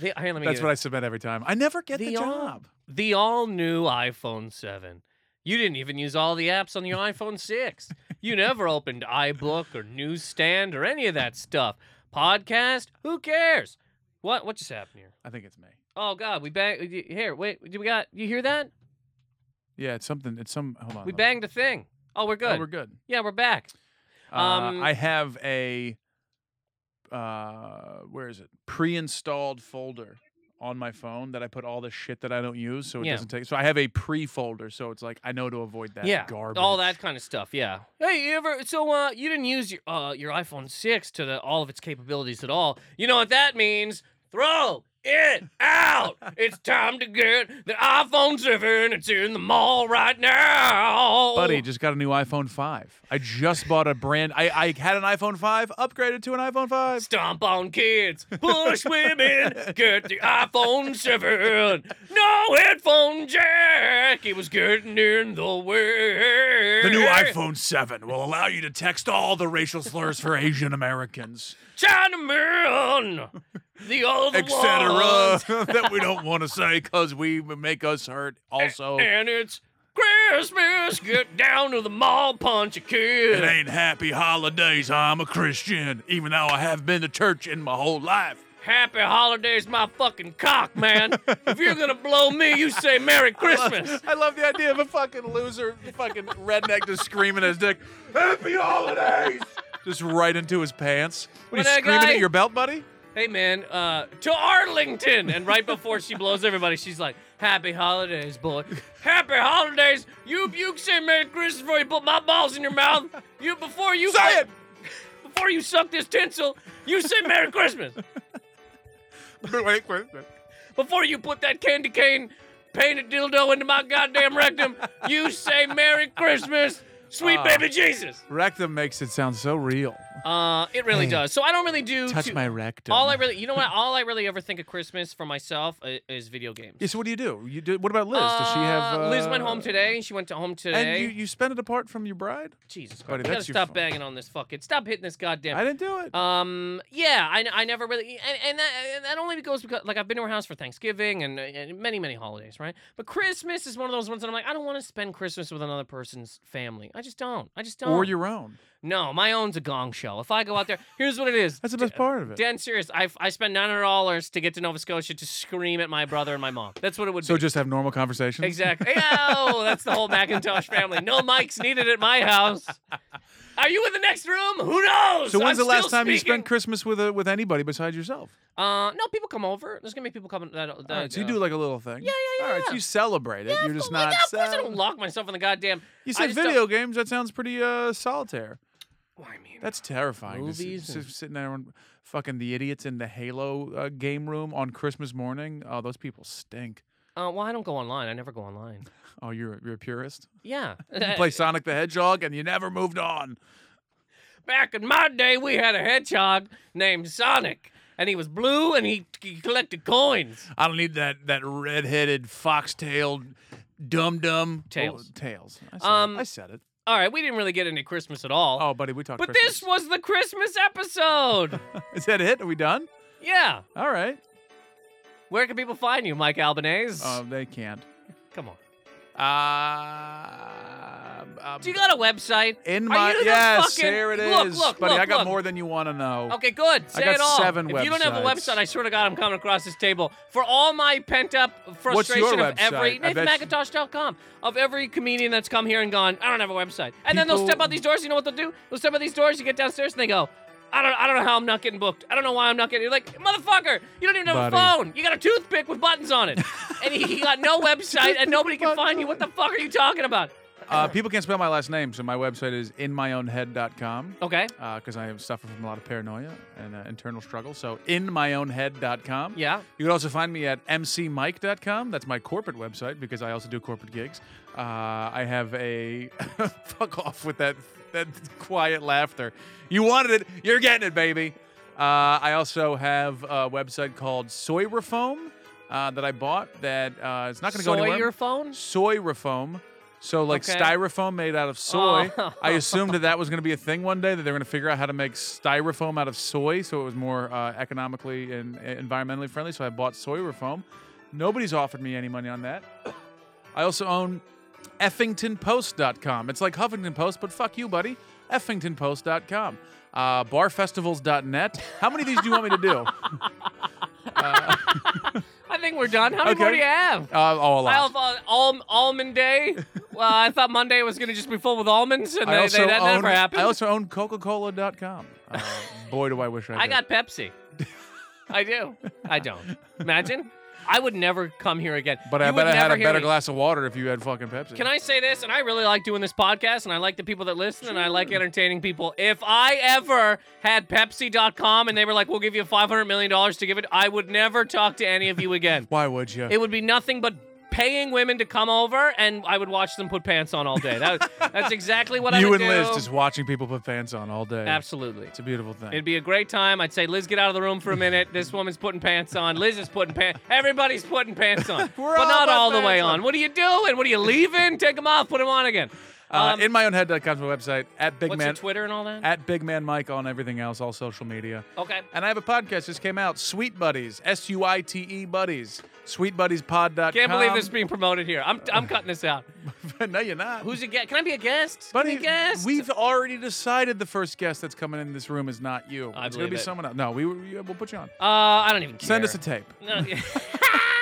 A: hey, let me
B: That's
A: get
B: what I
A: it.
B: submit every time. I never get the,
A: The all-
B: job.
A: the all new iPhone seven. You didn't even use all the apps on your iPhone six. You never opened iBook or Newsstand or any of that stuff. Podcast? Who cares? What what just happened here?
B: I think it's me.
A: Oh God, we bang here. Wait, do we got? You hear that?
B: Yeah, it's something. It's some. Hold on.
A: We
B: hold on.
A: banged a thing. Oh, we're
B: Oh,
A: good.
B: we're good.
A: Yeah, we're back.
B: Uh,
A: Um,
B: I have a uh, where is it? Pre-installed folder on my phone that I put all the shit that I don't use, so it
A: Yeah.
B: doesn't take. So I have a pre-folder, so it's like I know to avoid that.
A: yeah, Oh,
B: garbage.
A: all that kind of stuff. Yeah. Hey, you ever? So, uh, you didn't use your uh your iPhone six to the, all of its capabilities at all. You know what that means? Throw it out. it's time to get the iPhone seven. It's in the mall right now,
B: Buddy just got a new iPhone five. I just bought a brand. I, I had an iPhone five, upgraded to an iPhone five.
A: Stomp on kids, push women, get the iPhone 7. No headphone jack, it was getting in the way.
B: The new iPhone seven will allow you to text all the racial slurs for Asian Americans,
A: Chinaman, the other
B: etc.
A: ones.
B: that we don't want to say because we make us hurt. Also,
A: And it's Christmas, get down to the mall, punch a kid.
B: It ain't happy holidays. I'm a Christian, even though I have been to church in my whole life.
A: Happy holidays, my fucking cock, man. if you're gonna blow me, you say Merry Christmas.
B: I love the idea of a fucking loser, fucking redneck just screaming at his dick, Happy holidays! Just right into his pants.
A: What
B: What are you
A: that
B: screaming
A: guy-
B: at your belt, buddy?
A: hey man, uh, to Arlington. And right before she blows everybody, she's like, Happy holidays, boy. Happy holidays. You you say Merry Christmas before you put my balls in your mouth. You before you
B: Say it!
A: before you suck this tinsel, you say Merry Christmas. Before you put that candy cane painted dildo into my goddamn rectum, you say Merry Christmas, sweet
B: Ah.
A: baby Jesus.
B: rectum makes it sound so real.
A: Uh, it really
B: Hey,
A: does. So I don't really do
B: Touch
A: too-
B: my rectum.
A: all I really, you know what? All I really ever think of Christmas for myself i- is video games.
B: Yeah, so what do you do? You do? What about Liz? Does she have?
A: Uh,
B: Uh,
A: Liz went home today. She went to home today.
B: And you, you spend it apart from your bride?
A: Jesus Christ!
B: Buddy,
A: you gotta
B: that's your
A: stop
B: fault.
A: banging on this fucking. Stop hitting this goddamn.
B: I didn't do it.
A: um. Yeah. I, I never really and, and that and that only goes because like I've been to her house for Thanksgiving and, and many many holidays, right? But Christmas is one of those ones that I'm like I don't want to spend Christmas with another person's family. I just don't. I just don't.
B: or your own.
A: no, my own's a gong show. If I go out there, here's what it is.
B: That's the best
A: D-
B: part of it.
A: Dead serious. I I spent nine hundred dollars to get to Nova Scotia to scream at my brother and my mom. That's what it would
B: So
A: be.
B: just have normal conversations.
A: exactly. Oh, that's the whole Macintosh family. No mics needed at my house. Are you in the next room? Who knows?
B: So when's
A: I'm
B: the last
A: still
B: time you
A: speaking.
B: spent Christmas with a, with anybody besides yourself?
A: Uh, no, people come over. There's gonna be people coming. That, that,
B: All right, so you
A: uh,
B: do like a little thing.
A: Yeah, yeah, yeah.
B: All right, so you celebrate it.
A: Yeah,
B: You're just
A: well,
B: not.
A: yeah, of course, I
B: cel-
A: don't lock myself in the goddamn.
B: You
A: I
B: said
A: just don't-
B: video games. That sounds pretty uh solitaire.
A: Well, I mean,
B: That's terrifying. Just,
A: Movies
B: just
A: and-
B: sitting there and fucking the idiots in the Halo uh, game room on Christmas morning. Oh, those people stink.
A: uh, well, I don't go online. I never go online.
B: Oh, you're you're a purist.
A: Yeah.
B: You play Sonic the Hedgehog and you never moved on.
A: Back in my day, we had a hedgehog named Sonic, and he was blue, and he, he collected coins.
B: I don't need that that red-headed fox-tailed dum dum
A: Tails.
B: tails. I said,
A: Um,
B: it. I said it.
A: All right, we didn't really get into Christmas at all.
B: Oh, buddy, we talked.
A: but
B: Christmas.
A: this was the Christmas episode.
B: is that it. Are we done?
A: yeah.
B: All right.
A: Where can people find you, Mike Albanese?
B: Oh, they can't.
A: Come on.
B: Uh, um,
A: Do you got a website?
B: in
A: Are
B: my
A: you the
B: yes,
A: fucking-
B: here it is,
A: Look, look,
B: buddy.
A: look,
B: I got
A: look.
B: more than you want to know.
A: Okay, good. Say
B: got
A: it all.
B: seven
A: if you don't have a
B: websites.
A: website, I swear to God, I'm coming across this table for all my pent up frustration
B: your
A: of every
B: website? I bet you-
A: NathanMcIntosh.com of every comedian that's come here and gone. I don't have a website, and then they'll
B: People-
A: step out these doors. You know what they'll do? They'll step out these doors. You get downstairs, and they go. I don't, I don't know how I'm not getting booked. I don't know why I'm not getting. You're like, motherfucker, you don't even have a
B: Buddy.
A: phone. You got a toothpick with buttons on it, and he, he got no website, and nobody can find you. What the fuck are you talking about?
B: Uh, people can't spell my last name, so my website is inmyownhead.com
A: Okay,
B: because uh, I suffer from a lot of paranoia and uh, internal struggle. So inmyownhead.com.
A: yeah.
B: You can also find me at mcmike.com. That's my corporate website because I also do corporate gigs. Uh, I have a fuck off with that that quiet laughter. You wanted it, you're getting it, baby. Uh, I also have a website called Soyrafoam uh, that I bought. That uh, it's not going to go
A: Soy
B: anywhere.
A: your phone.
B: soy reform. So like
A: Okay.
B: styrofoam made out of soy.
A: Oh.
B: I assumed that that was going to be a thing one day that they're going to figure out how to make styrofoam out of soy, so it was more uh, economically and uh, environmentally friendly. So I bought soy reform. Nobody's offered me any money on that. I also own effingtonpost.com. It's like Huffington Post, but fuck you, buddy. effingtonpost.com. Uh, barfestivals.net. How many of these do you want me to do?
A: I think we're done. How many
B: Okay.
A: more do you have?
B: Uh, oh, a lot.
A: I thought al- almond day. well, I thought Monday was going to just be full with almonds, and
B: I
A: they,
B: also
A: they, that
B: own,
A: never happened.
B: I also own Coca-Cola.com. Uh, boy, do I wish I.
A: I
B: did.
A: got Pepsi. I do. I don't. Imagine. I would never come here again.
B: But
A: You
B: I
A: would
B: bet I had
A: never
B: a
A: hear
B: better
A: me.
B: glass of water if you had fucking Pepsi.
A: Can I say this? And I really like doing this podcast, and I like the people that listen, and I like entertaining people. If I ever had Pepsi.com and they were like, we'll give you $500 million to give it, I would never talk to any of you again.
B: Why would you?
A: It would be nothing but paying women to come over, and I would watch them put pants on all day. That, that's exactly what I
B: you
A: would
B: and
A: do.
B: Liz just watching people put pants on all day.
A: Absolutely.
B: It's a beautiful thing.
A: It'd be a great time. I'd say, Liz, get out of the room for a minute. This woman's putting pants on. Liz is putting pants. Everybody's putting pants on,
B: We're
A: but
B: all
A: not
B: putting
A: all the way
B: pants on.
A: on. What are you doing? What are you leaving? Take them off. Put them on again.
B: uh,
A: Um,
B: in my own head.com's my website at big
A: What's
B: man
A: your Twitter and all that?
B: at big man Mike on everything else, all social media.
A: okay.
B: And I have a podcast just came out, Sweet Buddies, S U I T E Buddies, sweetbuddiespod.com.
A: Can't believe this is being promoted here. I'm, I'm cutting this out.
B: no, you're not.
A: Who's a guest? Can I be a guest? Can I be
B: Buddy,
A: a guest?
B: we've already decided the first guest that's coming in this room is not you.
A: I
B: it's gonna
A: believe
B: be
A: it.
B: someone else. No, we, we we'll put you on.
A: Uh, I don't even care.
B: Send us a tape.
A: No.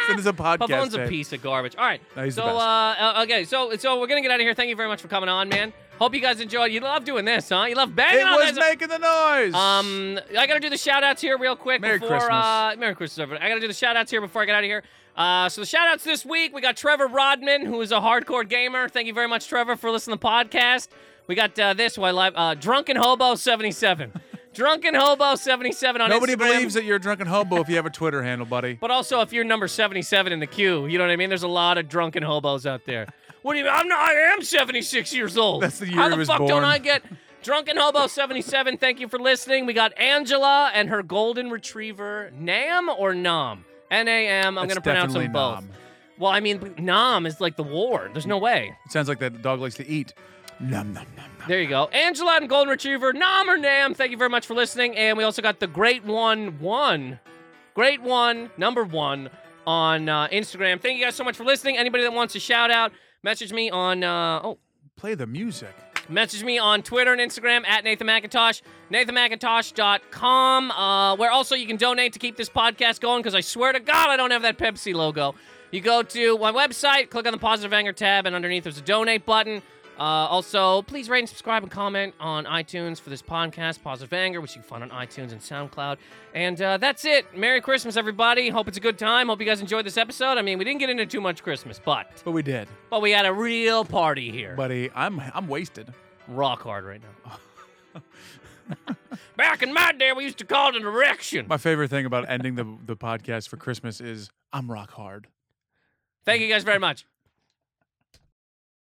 B: Send us a podcast.
A: Pavone's a
B: tape.
A: piece of garbage. All right.
B: No, he's
A: so
B: the best.
A: uh uh, okay, so so we're gonna get out of here. Thank you very much for coming on, man. Hope you guys enjoyed. You love doing this, huh? You love banging
B: It
A: on
B: was
A: this.
B: making the noise.
A: um, I gotta do the shout outs here real quick
B: Merry
A: before
B: Christmas.
A: uh Merry Christmas, everyone. I gotta do the shout outs here before I get out of here. Uh, so the shout outs this week, we got Trevor Rodman, who is a hardcore gamer. Thank you very much, Trevor, for listening to the podcast. We got uh, this why live uh Drunken Hobo 77. Drunken Hobo 77 on
B: Nobody
A: Instagram.
B: believes that you're a drunken hobo if you have a Twitter handle, buddy.
A: But also, if you're number 77 in the queue, you know what I mean? There's a lot of drunken hobos out there. What do you mean? I'm not, I am 76 years old.
B: That's the year
A: How
B: he
A: the
B: was
A: fuck don't
B: born.
A: I get drunken hobo 77? Thank you for listening. We got Angela and her golden retriever, Nam or Nam? N A M. I'm
B: That's
A: going to pronounce them
B: definitely
A: both.
B: nom.
A: Well, I mean, Nam is like the war. There's no way.
B: It sounds like that dog likes to eat. Nom nom nom. nom.
A: There you go. Angela and golden retriever, Nam or Nam. Thank you very much for listening. And we also got the great one, one. great one, number one on uh, Instagram. Thank you guys so much for listening. Anybody that wants a shout out, message me on uh, oh,
B: Play the music.
A: message me on Twitter and Instagram at Nathan McIntosh, NathanMcIntosh.com, uh, where also you can donate to keep this podcast going because I swear to God I don't have that Pepsi logo. You go to my website, click on the Positive Anger tab, and underneath there's a donate button. Uh, also, please rate and subscribe and comment on iTunes for this podcast, Positive Anger, which you can find on iTunes and SoundCloud. And uh, that's it. Merry Christmas, everybody. Hope it's a good time. Hope you guys enjoyed this episode. I mean, we didn't get into too much Christmas, but
B: But we did,
A: but we had a real party here.
B: buddy. I'm I'm wasted.
A: Rock hard right now. Back in my day, we used to call it an erection.
B: My favorite thing about ending the the podcast for Christmas is I'm rock hard.
A: Thank you guys very much.